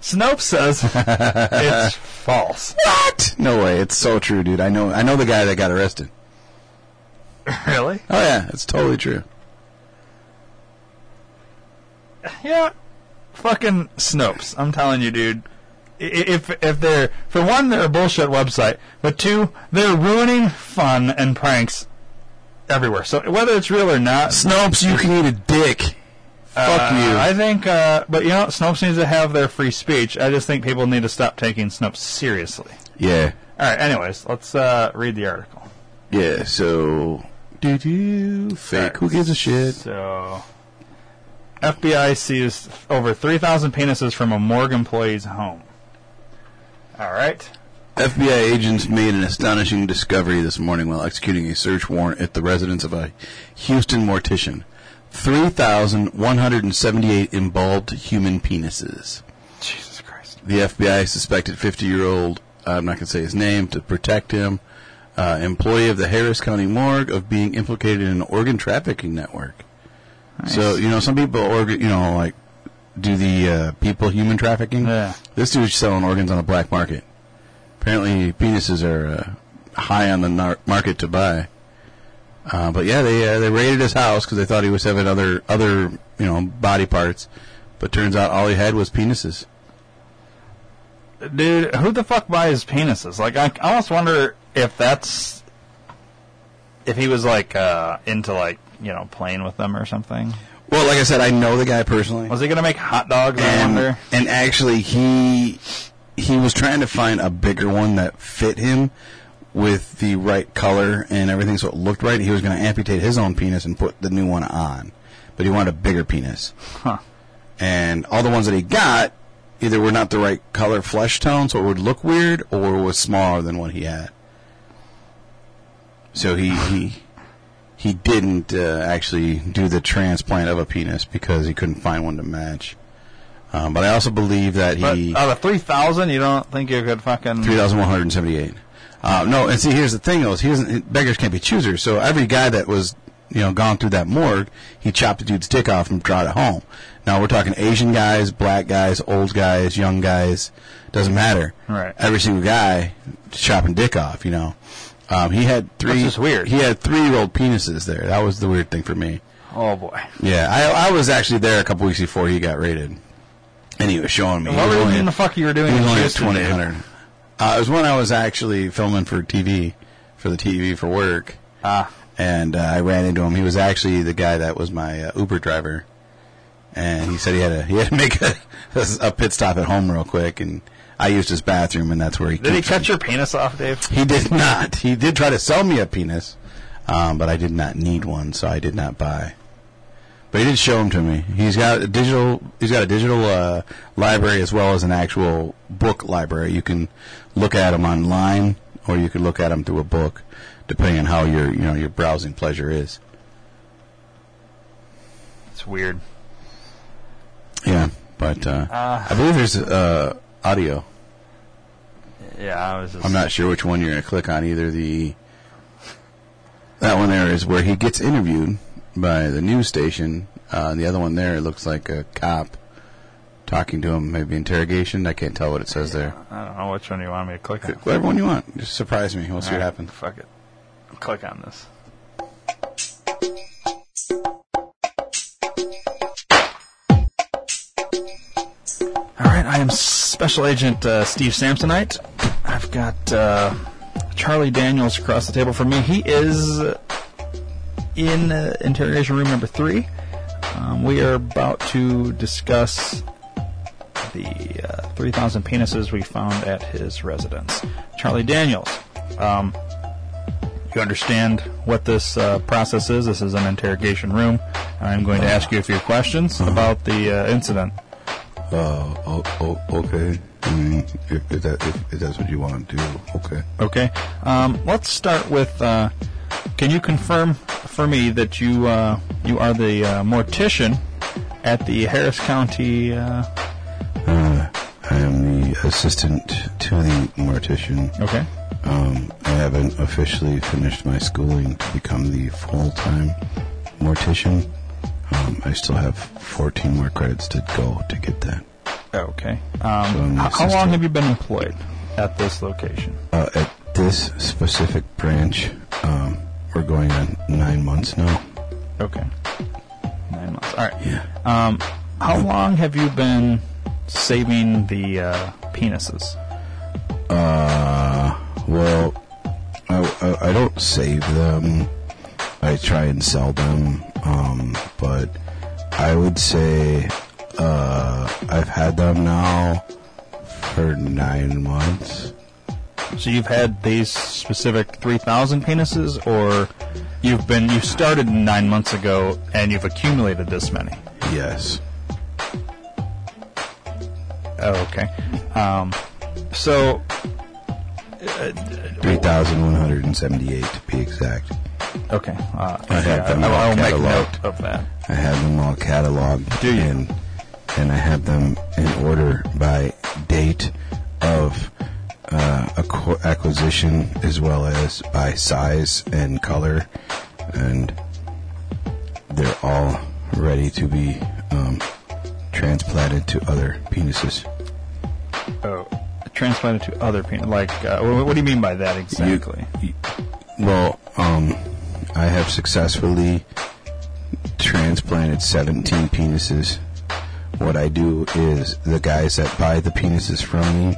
Speaker 2: Snopes says it's false.
Speaker 1: What? No way. It's so true, dude. I know. I know the guy that got arrested.
Speaker 2: Really?
Speaker 1: Oh yeah, it's totally true.
Speaker 2: Yeah. Fucking Snopes. I'm telling you, dude. I- i- If if they're for one, they're a bullshit website, but two, they're ruining fun and pranks everywhere. So whether it's real or not,
Speaker 1: Snopes, you can eat a dick. Fuck
Speaker 2: Uh,
Speaker 1: you.
Speaker 2: I think, uh, but you know, Snopes needs to have their free speech. I just think people need to stop taking Snopes seriously.
Speaker 1: Yeah.
Speaker 2: All right. Anyways, let's uh, read the article.
Speaker 1: Yeah. So. Do do fake. Who gives a shit?
Speaker 2: So, FBI seized over 3,000 penises from a morgue employee's home. All right.
Speaker 1: FBI agents made an astonishing discovery this morning while executing a search warrant at the residence of a Houston mortician. 3,178 involved human penises.
Speaker 2: Jesus Christ.
Speaker 1: The FBI suspected 50 year old, I'm not going to say his name, to protect him, uh, employee of the Harris County Morgue, of being implicated in an organ trafficking network. So, you know, some people, organ, you know, like, do the uh, people human trafficking.
Speaker 2: Yeah.
Speaker 1: This dude's selling organs on the black market. Apparently, penises are uh, high on the nar- market to buy. Uh, but yeah, they uh, they raided his house because they thought he was having other other you know body parts, but turns out all he had was penises.
Speaker 2: Dude, who the fuck buys penises? Like, I I almost wonder if that's. If he was, like, uh, into, like, you know, playing with them or something.
Speaker 1: Well, like I said, I know the guy personally,
Speaker 2: Was he going to make hot dogs, I
Speaker 1: and,
Speaker 2: wonder?
Speaker 1: and actually, he he was trying to find a bigger one that fit him with the right color and everything, so it looked right. He was going to amputate his own penis and put the new one on, but he wanted a bigger penis.
Speaker 2: Huh.
Speaker 1: And all the ones that he got either were not the right color flesh tone, so it would look weird, or was smaller than what he had. So he he he didn't uh, actually do the transplant of a penis because he couldn't find one to match. Um, but I also believe that
Speaker 2: But
Speaker 1: he
Speaker 2: out of 3,000, you don't think you could fucking.
Speaker 1: three thousand one hundred and seventy-eight. Uh, no, and see, here's the thing though: is he doesn't beggars can't be choosers. So every guy that was you know gone through that morgue, he chopped the dude's dick off and brought it home. Now we're talking Asian guys, black guys, old guys, young guys. Doesn't matter.
Speaker 2: Right.
Speaker 1: Every single guy chopping dick off. You know. Um, he had three.
Speaker 2: just weird.
Speaker 1: He had three-year-old penises there. That was the weird thing for me.
Speaker 2: Oh, boy.
Speaker 1: Yeah, I, I was actually there a couple weeks before he got raided, and he was showing me. He
Speaker 2: What
Speaker 1: was
Speaker 2: were you
Speaker 1: only-
Speaker 2: doing the fuck you were doing?
Speaker 1: he
Speaker 2: in
Speaker 1: was only at
Speaker 2: Houston,
Speaker 1: twenty
Speaker 2: dude?
Speaker 1: hundred. Uh, it was when I was actually filming for TV, for the TV for work,
Speaker 2: Ah,
Speaker 1: and uh, I ran into him. He was actually the guy that was my uh, Uber driver, and he said he had to he had to make a, a pit stop at home real quick, and I used his bathroom, and that's where he
Speaker 2: did he
Speaker 1: keeps-
Speaker 2: cut your penis off, Dave?
Speaker 1: He did not. He did try to sell me a penis, um, but I did not need one, so I did not buy. But he did show him to me. He's got a digital. He's got a digital uh, library as well as an actual book library. You can look at them online, or you can look at them through a book, depending on how your you know your browsing pleasure is.
Speaker 2: It's weird.
Speaker 1: Yeah, but uh, I believe there's uh, audio.
Speaker 2: Yeah, I was just.
Speaker 1: I'm not sure which one you're going to click on. Either the that one there is where he gets interviewed by the news station. Uh, and the other one there, it looks like a cop talking to him, maybe interrogation. I can't tell what it says there.
Speaker 2: I don't know which one you want me to click on.
Speaker 1: Whatever one you want, just surprise me. We'll see
Speaker 2: All
Speaker 1: what
Speaker 2: right,
Speaker 1: happens.
Speaker 2: Fuck it. Click on this. All right, I am Special Agent uh, Steve Samsonite. I've got uh, Charlie Daniels across the table from me. He is in uh, interrogation room number three. Um, we are about to discuss the uh, 3,000 penises we found at his residence. Charlie Daniels, um, you understand what this uh, process is. This is an interrogation room. I'm going to ask you a few questions about the uh, incident.
Speaker 1: Uh, oh, oh, okay. I mean, if, if, that, if, if that's what you want to do, okay.
Speaker 2: Okay. Um, let's start with. Uh, can you confirm for me that you uh, you are the uh, mortician at the Harris County? Uh,
Speaker 1: I am the assistant to the mortician.
Speaker 2: okay.
Speaker 1: Um, I haven't officially finished my schooling to become the full-time mortician. Um, I still have 14 more credits to go to get that.
Speaker 2: Okay.
Speaker 1: So I'm
Speaker 2: Um, how, how
Speaker 1: assistant.
Speaker 2: long have you been employed at this location?
Speaker 1: Uh, at this specific branch, um, we're going on nine months now.
Speaker 2: Okay. Nine months. All right. Um, how long have you been saving the uh, penises?
Speaker 1: Uh, well, I, I, I don't save them. I try and sell them. Um, but I would say uh, I've had them now for nine months.
Speaker 2: So you've had these specific 3,000 penises, or you've been you started nine months ago and you've accumulated this many?
Speaker 1: Yes.
Speaker 2: Oh, okay. Um, so
Speaker 1: 3,178 to be exact.
Speaker 2: okay. Uh,
Speaker 1: I have
Speaker 2: yeah,
Speaker 1: them
Speaker 2: I,
Speaker 1: all
Speaker 2: I will make
Speaker 1: cataloged.
Speaker 2: note of that.
Speaker 1: I have them all cataloged.
Speaker 2: Do you?
Speaker 1: And, and I have them in order by date of uh, acqu- acquisition as well as by size and color. And they're all ready to be um, transplanted to other penises.
Speaker 2: Oh, transplanted to other penis. Like, uh, wh- what do you mean by that exactly?
Speaker 1: Well, um, I have successfully transplanted 17 penises. What I do is the guys that buy the penises from me,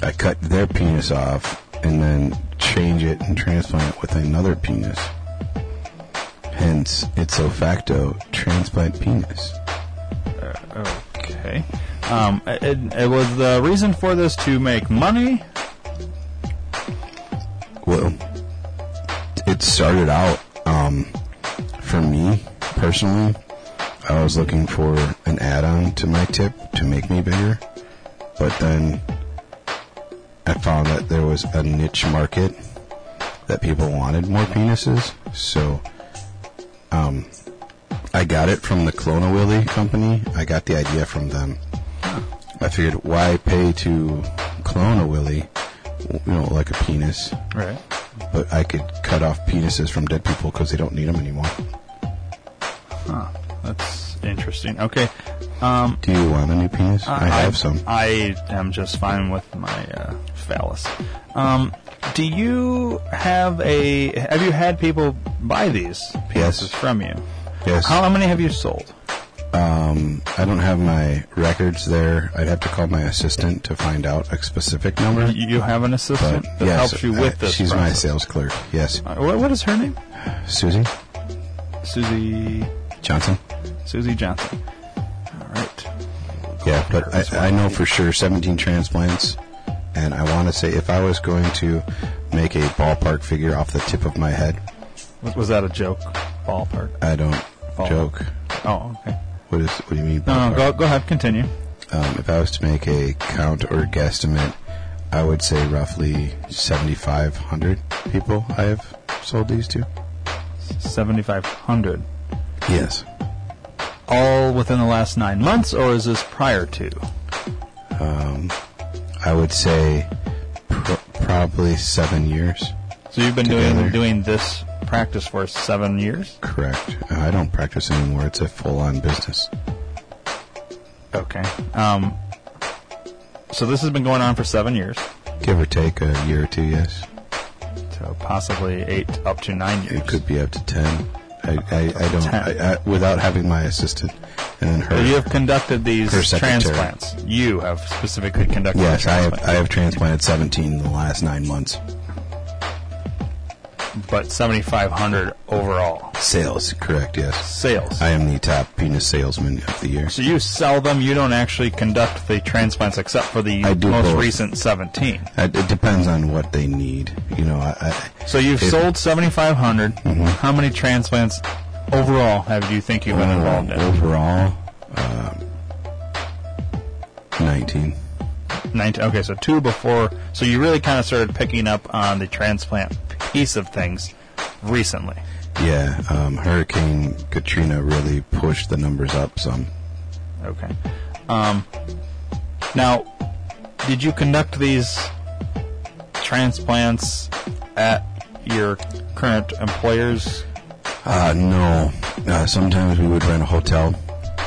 Speaker 1: I cut their penis off and then change it and transplant it with another penis. Hence, it's so facto transplant penis.
Speaker 2: Uh, okay. Um, it, it was the reason for this to make money.
Speaker 1: Well, it started out um, for me personally. I was looking for an add-on to my tip to make me bigger, but then I found that there was a niche market that people wanted more penises. So, um, I got it from the Clona Willy company. I got the idea from them. I figured, why pay to clone a Willy? You know, like a penis
Speaker 2: Right.
Speaker 1: but I could cut off penises from dead people because they don't need them anymore.
Speaker 2: Huh. That's interesting. Okay. Um,
Speaker 1: Do you want a new penis? I have some.
Speaker 2: I am just fine with my uh, phallus. Um, do you have a? Have you had people buy these penises
Speaker 1: Yes.
Speaker 2: from you?
Speaker 1: Yes.
Speaker 2: How many have you sold?
Speaker 1: Um, I don't have my records there. I'd have to call my assistant to find out a specific number.
Speaker 2: You you have an assistant
Speaker 1: But
Speaker 2: that
Speaker 1: yes,
Speaker 2: helps you with
Speaker 1: I-
Speaker 2: this.
Speaker 1: She's my
Speaker 2: process.
Speaker 1: sales clerk. Yes,
Speaker 2: Uh, what, what is her name?
Speaker 1: Susie
Speaker 2: Susie.
Speaker 1: Johnson.
Speaker 2: Susie Johnson. All right.
Speaker 1: Yeah, but I, I know for sure 17 transplants, and I want to say if I was going to make a ballpark figure off the tip of my head,
Speaker 2: Was- Was that a joke? Ballpark.
Speaker 1: I don't
Speaker 2: Oh.
Speaker 1: joke.
Speaker 2: Oh, okay.
Speaker 1: What is? What do you mean?
Speaker 2: No,
Speaker 1: ballpark?
Speaker 2: no, go, go ahead. Continue.
Speaker 1: Um, if I was to make a count or guesstimate, I would say roughly 7,500 people I have sold these to.
Speaker 2: 7,500.
Speaker 1: Yes.
Speaker 2: All within the last nine months, or is this prior to?
Speaker 1: I would say pr- probably seven years.
Speaker 2: So you've been
Speaker 1: Together.
Speaker 2: doing doing this practice for seven years.
Speaker 1: Correct. Uh, I don't practice anymore. It's a full on business.
Speaker 2: Okay. Um. So this has been going on for seven years,
Speaker 1: Give or take a year or two, yes.
Speaker 2: to possibly eight up to nine years.
Speaker 1: It could be up to 10. I, I, I don't,
Speaker 2: 10.
Speaker 1: I, I, without having my assistant and then
Speaker 2: So
Speaker 1: her.
Speaker 2: you have conducted these
Speaker 1: Her secretary.
Speaker 2: transplants. You have specifically conducted.
Speaker 1: yes,
Speaker 2: the
Speaker 1: I have,
Speaker 2: transplants.
Speaker 1: I have transplanted 17 in the last nine months.
Speaker 2: But 7,500 overall
Speaker 1: Sales, correct, yes.
Speaker 2: sales.
Speaker 1: I am the top penis salesman of the year.
Speaker 2: So you sell them. You don't actually conduct the transplants except for the
Speaker 1: I do
Speaker 2: most
Speaker 1: both.
Speaker 2: recent 17.
Speaker 1: It, it depends on what they need. You know, I, I,
Speaker 2: So you've
Speaker 1: If-
Speaker 2: sold 7,500.
Speaker 1: Mm-hmm.
Speaker 2: How many transplants overall have you think you've been
Speaker 1: Uh,
Speaker 2: involved in?
Speaker 1: overall, um, 19.
Speaker 2: 19. Okay, so two before. So you really kind of started picking up on the transplant piece of things recently.
Speaker 1: Yeah, um, Hurricane Katrina really pushed the numbers up some.
Speaker 2: Okay. Um, now, did you conduct these transplants at your current employer's
Speaker 1: Uh, no, Uh, sometimes we would rent a hotel,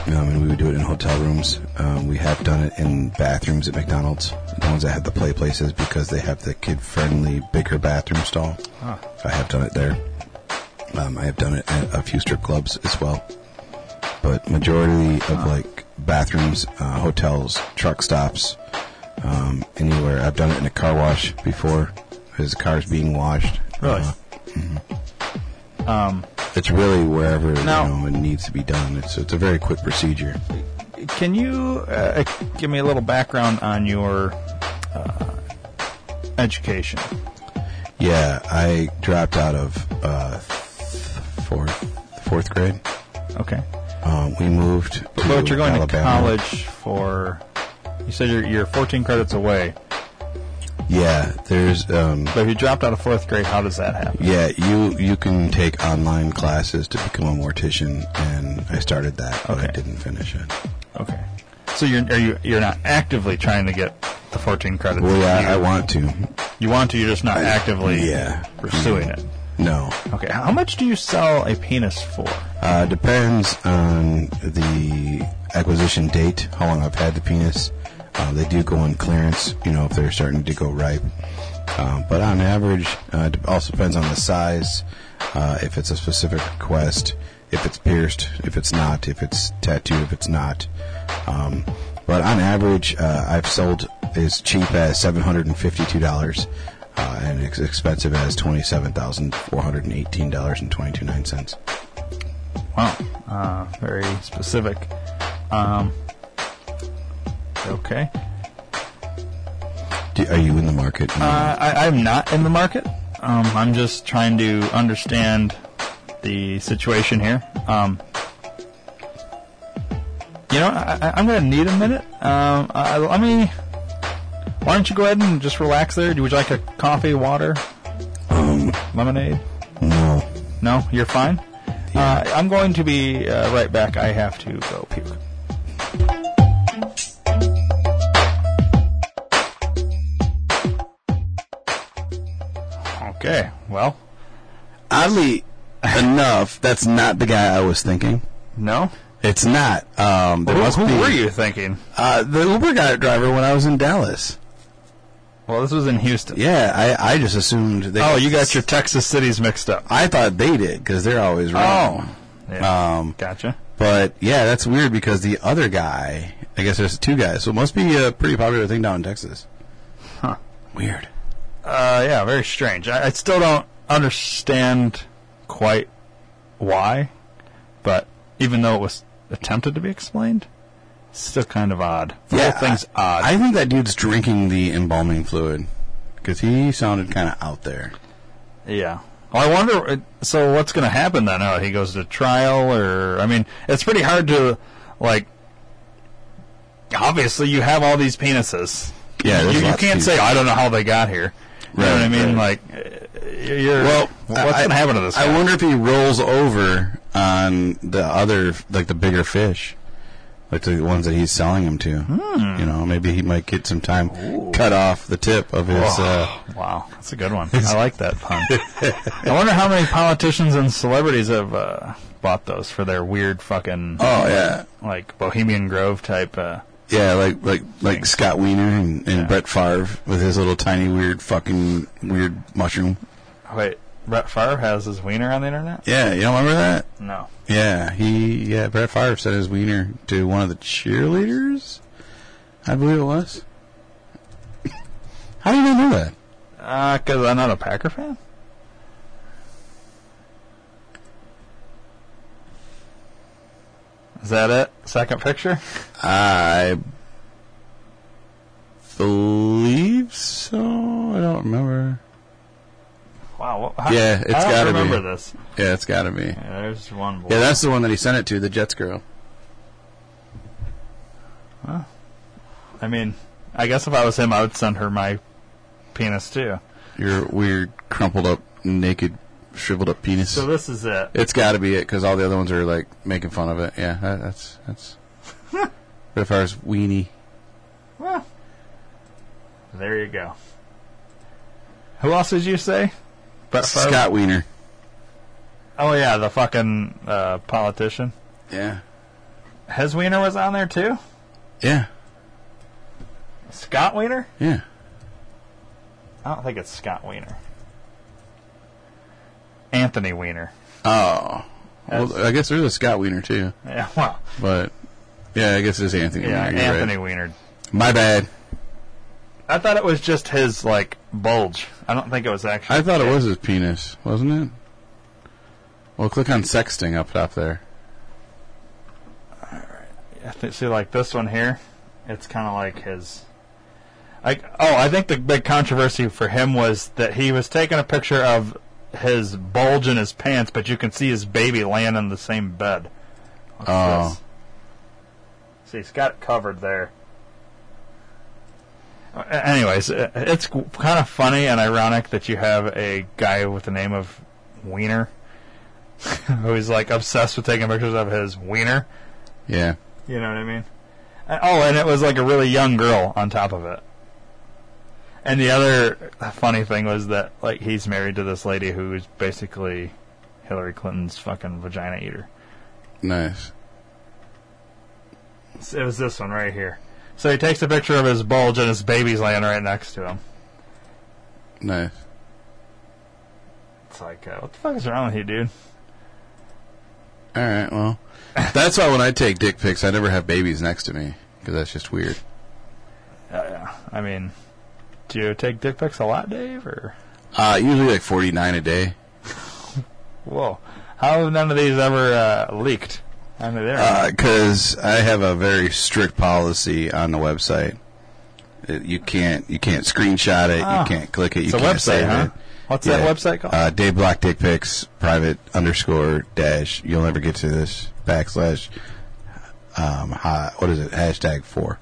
Speaker 1: um, and we would do it in hotel rooms. Um, we have done it in bathrooms at McDonald's, the ones that have the play places because they have the kid-friendly bigger bathroom stall.
Speaker 2: Ah.
Speaker 1: I have done it there. Um, I have done it at a few strip clubs as well, but majority of like bathrooms, uh, hotels, truck stops, um, anywhere. I've done it in a car wash before, his car's being washed.
Speaker 2: Really?
Speaker 1: Uh,
Speaker 2: Um,
Speaker 1: it's really wherever
Speaker 2: Now-
Speaker 1: you know it needs to be done. It's it's a very quick procedure.
Speaker 2: Can you uh, give me a little background on your uh, education?
Speaker 1: Yeah, I dropped out of uh, th- fourth fourth grade.
Speaker 2: Okay.
Speaker 1: Um, we moved. To
Speaker 2: But you're going
Speaker 1: Alabama.
Speaker 2: to college for. You said you're, you're 14 credits away.
Speaker 1: Yeah, there's. Um,
Speaker 2: But if you dropped out of fourth grade, how does that happen?
Speaker 1: yeah, you you can take online classes to become a mortician, and I started that, but I didn't finish it.
Speaker 2: Okay. So you're are you you're not actively trying to get the 14 credits.
Speaker 1: Well, yeah,
Speaker 2: You-
Speaker 1: I want to.
Speaker 2: You want to. You're just not
Speaker 1: I-
Speaker 2: actively
Speaker 1: yeah.
Speaker 2: pursuing it.
Speaker 1: No,
Speaker 2: Okay. How much do you sell a penis for?
Speaker 1: Uh, depends on the acquisition date, how long I've had the penis. Uh, they do go on clearance, you know, if they're starting to go ripe. Um, but on average, uh, it also depends on the size, uh, if it's a specific request, if it's pierced, if it's not, if it's tattooed, if it's not. Um, but on average, uh, I've sold as cheap as seven hundred and fifty-two dollars, uh, and as expensive as twenty-seven thousand four hundred and eighteen dollars and twenty-two nine cents.
Speaker 2: Wow. Uh, very specific. Um, okay.
Speaker 1: Do, are you in the market?
Speaker 2: Uh, I, I'm not in the market. Um, I'm just trying to understand the situation here. Um, you know, I, I- I'm going to need a minute. Um, I, I- let me. Why don't you go ahead and just relax there? Would you like a coffee, water, lemonade?
Speaker 1: no.
Speaker 2: No, you're fine. Uh, I'm going to be uh, right back. I have to go puke. Okay, well,
Speaker 1: Oddly enough, that's not the guy I was thinking.
Speaker 2: no.
Speaker 1: It's not. Um, there
Speaker 2: who
Speaker 1: must
Speaker 2: who
Speaker 1: be.
Speaker 2: were you thinking?
Speaker 1: Uh, the Uber guy driver when I was in Dallas.
Speaker 2: Well, this was in Houston.
Speaker 1: Yeah, I, I just assumed they.
Speaker 2: Oh, you got your Texas cities mixed up.
Speaker 1: I thought they did because they're always
Speaker 2: Oh.
Speaker 1: wrong.
Speaker 2: Yeah.
Speaker 1: Um,
Speaker 2: gotcha.
Speaker 1: but yeah, that's weird because the other guy. I guess there's two guys, so it must be a pretty popular thing down in Texas.
Speaker 2: Huh.
Speaker 1: Weird.
Speaker 2: Uh, yeah, very strange. I, I still don't understand quite why, but even though it was attempted to be explained, it's still kind of odd. The
Speaker 1: Yeah,
Speaker 2: whole thing's odd.
Speaker 1: I think that dude's drinking the embalming fluid because he sounded kind of out there.
Speaker 2: yeah. Well, I wonder. uh, So, what's going to happen then? Oh, he goes to trial, or I mean, it's pretty hard to like. Obviously, you have all these penises.
Speaker 1: Yeah, there's
Speaker 2: you, you
Speaker 1: lots of
Speaker 2: can't
Speaker 1: these.
Speaker 2: say I don't know how they got here. You know what I
Speaker 1: Right,
Speaker 2: mean? Like, uh, you're
Speaker 1: Well,
Speaker 2: what's
Speaker 1: I-
Speaker 2: going to happen to this?
Speaker 1: I
Speaker 2: guy?
Speaker 1: wonder if he rolls over on the other, like the bigger fish, like the ones that he's selling him to. You know, maybe he might get some time cut off the tip of his. Uh,
Speaker 2: Oh, wow, that's a good one. I like that pun. I wonder how many politicians and celebrities have uh, bought those for their weird fucking
Speaker 1: oh yeah,
Speaker 2: like Bohemian Grove type. Uh,
Speaker 1: yeah, like like like Scott Wiener and, and Brett Favre with his little tiny weird fucking weird mushroom.
Speaker 2: wait, Brett Favre has his wiener on the internet?
Speaker 1: Yeah, you don't remember that?
Speaker 2: No.
Speaker 1: Yeah, he yeah Brett Favre sent his wiener to one of the cheerleaders. I believe it was. How do you not know that?
Speaker 2: Because Uh, I'm not a Packer fan. Is that it? Second picture?
Speaker 1: I believe so. I don't remember.
Speaker 2: Wow. What, how,
Speaker 1: Yeah, it's
Speaker 2: I don't
Speaker 1: gotta be.
Speaker 2: remember this.
Speaker 1: Yeah, it's got to be.
Speaker 2: Yeah, there's one. Boy.
Speaker 1: Yeah, that's the one that he sent it to, the Jets girl.
Speaker 2: I mean, I guess if I was him, I would send her my penis too.
Speaker 1: Your weird, crumpled up, naked, shriveled up penis.
Speaker 2: So this is it.
Speaker 1: it's got to be it because all the other ones are like making fun of it. Yeah, that, that's that's. but as far as weenie,
Speaker 2: Well, there you go. Who else did you say? Brett Favre?
Speaker 1: Scott Wiener.
Speaker 2: Oh yeah, the fucking uh, politician.
Speaker 1: Yeah.
Speaker 2: His wiener was on there too.
Speaker 1: Yeah.
Speaker 2: Scott Wiener?
Speaker 1: Yeah.
Speaker 2: I don't think it's Scott Wiener. Anthony Wiener.
Speaker 1: Oh. Well, I guess there's a Scott Wiener too.
Speaker 2: Yeah, well,
Speaker 1: But yeah, I guess it's Anthony.
Speaker 2: yeah,
Speaker 1: Weiner, you're right.
Speaker 2: Anthony Wiener.
Speaker 1: My bad.
Speaker 2: I thought it was just his like bulge. I don't think it was actually.
Speaker 1: I thought it was his penis, wasn't it? Well, click on sexting up top there.
Speaker 2: I think, see, like this one here, it's kind of like his. Like, oh, I think the big controversy for him was that he was taking a picture of his bulge in his pants, but you can see his baby laying in the same bed. What's
Speaker 1: Oh.
Speaker 2: this? See, he's got it covered there. Uh, Anyways, uh, it's kind of funny and ironic that you have a guy with the name of Wiener who's like obsessed with taking pictures of his wiener.
Speaker 1: Yeah.
Speaker 2: You know what I mean? And, oh, and it was like a really young girl on top of it. And the other funny thing was that like he's married to this lady who is basically Hillary Clinton's fucking vagina eater.
Speaker 1: Nice.
Speaker 2: So It was this one right here. So he takes a picture of his bulge and his baby's laying right next to him.
Speaker 1: Nice.
Speaker 2: It's like, uh, what the fuck is wrong with you, dude?
Speaker 1: All right. Well, that's why when I take dick pics, I never have babies next to me because that's just weird.
Speaker 2: Yeah, yeah. I mean, do you take dick pics a lot, Dave? Or
Speaker 1: Uh, usually like 49 a day.
Speaker 2: whoa, how have none of these ever uh, leaked? I mean, they're
Speaker 1: Uh, because I have a very strict policy on the website. It, you can't you can't screenshot it.
Speaker 2: Ah.
Speaker 1: You can't click it. You
Speaker 2: It's a
Speaker 1: can't
Speaker 2: website,
Speaker 1: save
Speaker 2: huh?
Speaker 1: it.
Speaker 2: What's that website called?
Speaker 1: Uh, Dave Block Dick Pics private underscore dash. You'll never get to this backslash. Um, hi, what is it? Hashtag four.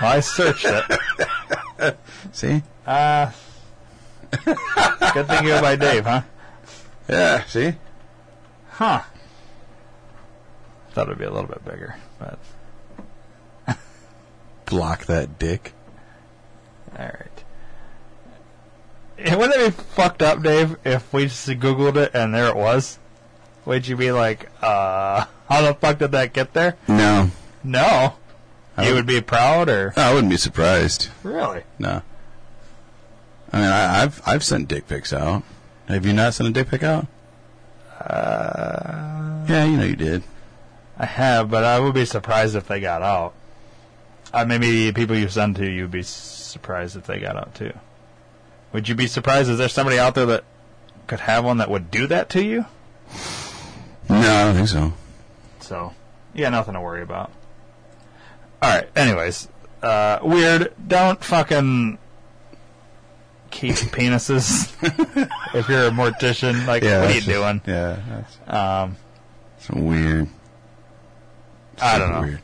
Speaker 2: I searched it.
Speaker 1: See?
Speaker 2: Uh, good thing you go by Dave, huh?
Speaker 1: Yeah. See?
Speaker 2: Huh. Thought it'd be a little bit bigger, but
Speaker 1: Block that dick.
Speaker 2: all right. And wouldn't it be fucked up, Dave, if we just googled it and there it was? Would you be like, uh, how the fuck did that get there?
Speaker 1: No,
Speaker 2: No. You would be proud, or
Speaker 1: Oh, I wouldn't be surprised.
Speaker 2: really?
Speaker 1: No. I mean, I, I've I've sent dick pics out. Have you not sent a dick pic out?
Speaker 2: Uh,
Speaker 1: Yeah, you know you did.
Speaker 2: I have, but I would be surprised if they got out. Uh, maybe people you send to, you'd be surprised if they got out too. Would you be surprised? Is there somebody out there that could have one that would do that to you?
Speaker 1: No, I don't think so.
Speaker 2: So, yeah, nothing to worry about. All right. Anyways, uh, weird. Don't fucking keep penises if you're a mortician. Like, what are you
Speaker 1: that's just-
Speaker 2: doing?
Speaker 1: Yeah, that's
Speaker 2: Um,
Speaker 1: it's weird.
Speaker 2: I don't
Speaker 1: Super
Speaker 2: know.
Speaker 1: Weird.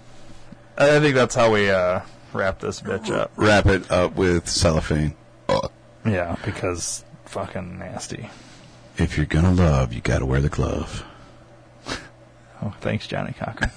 Speaker 2: I think that's how we uh, wrap this bitch up.
Speaker 1: Wrap it up with cellophane. Oh, Ugh.
Speaker 2: Yeah, because fucking nasty.
Speaker 1: If you're gonna love, you gotta wear the glove.
Speaker 2: Oh, thanks, Johnny Cocker.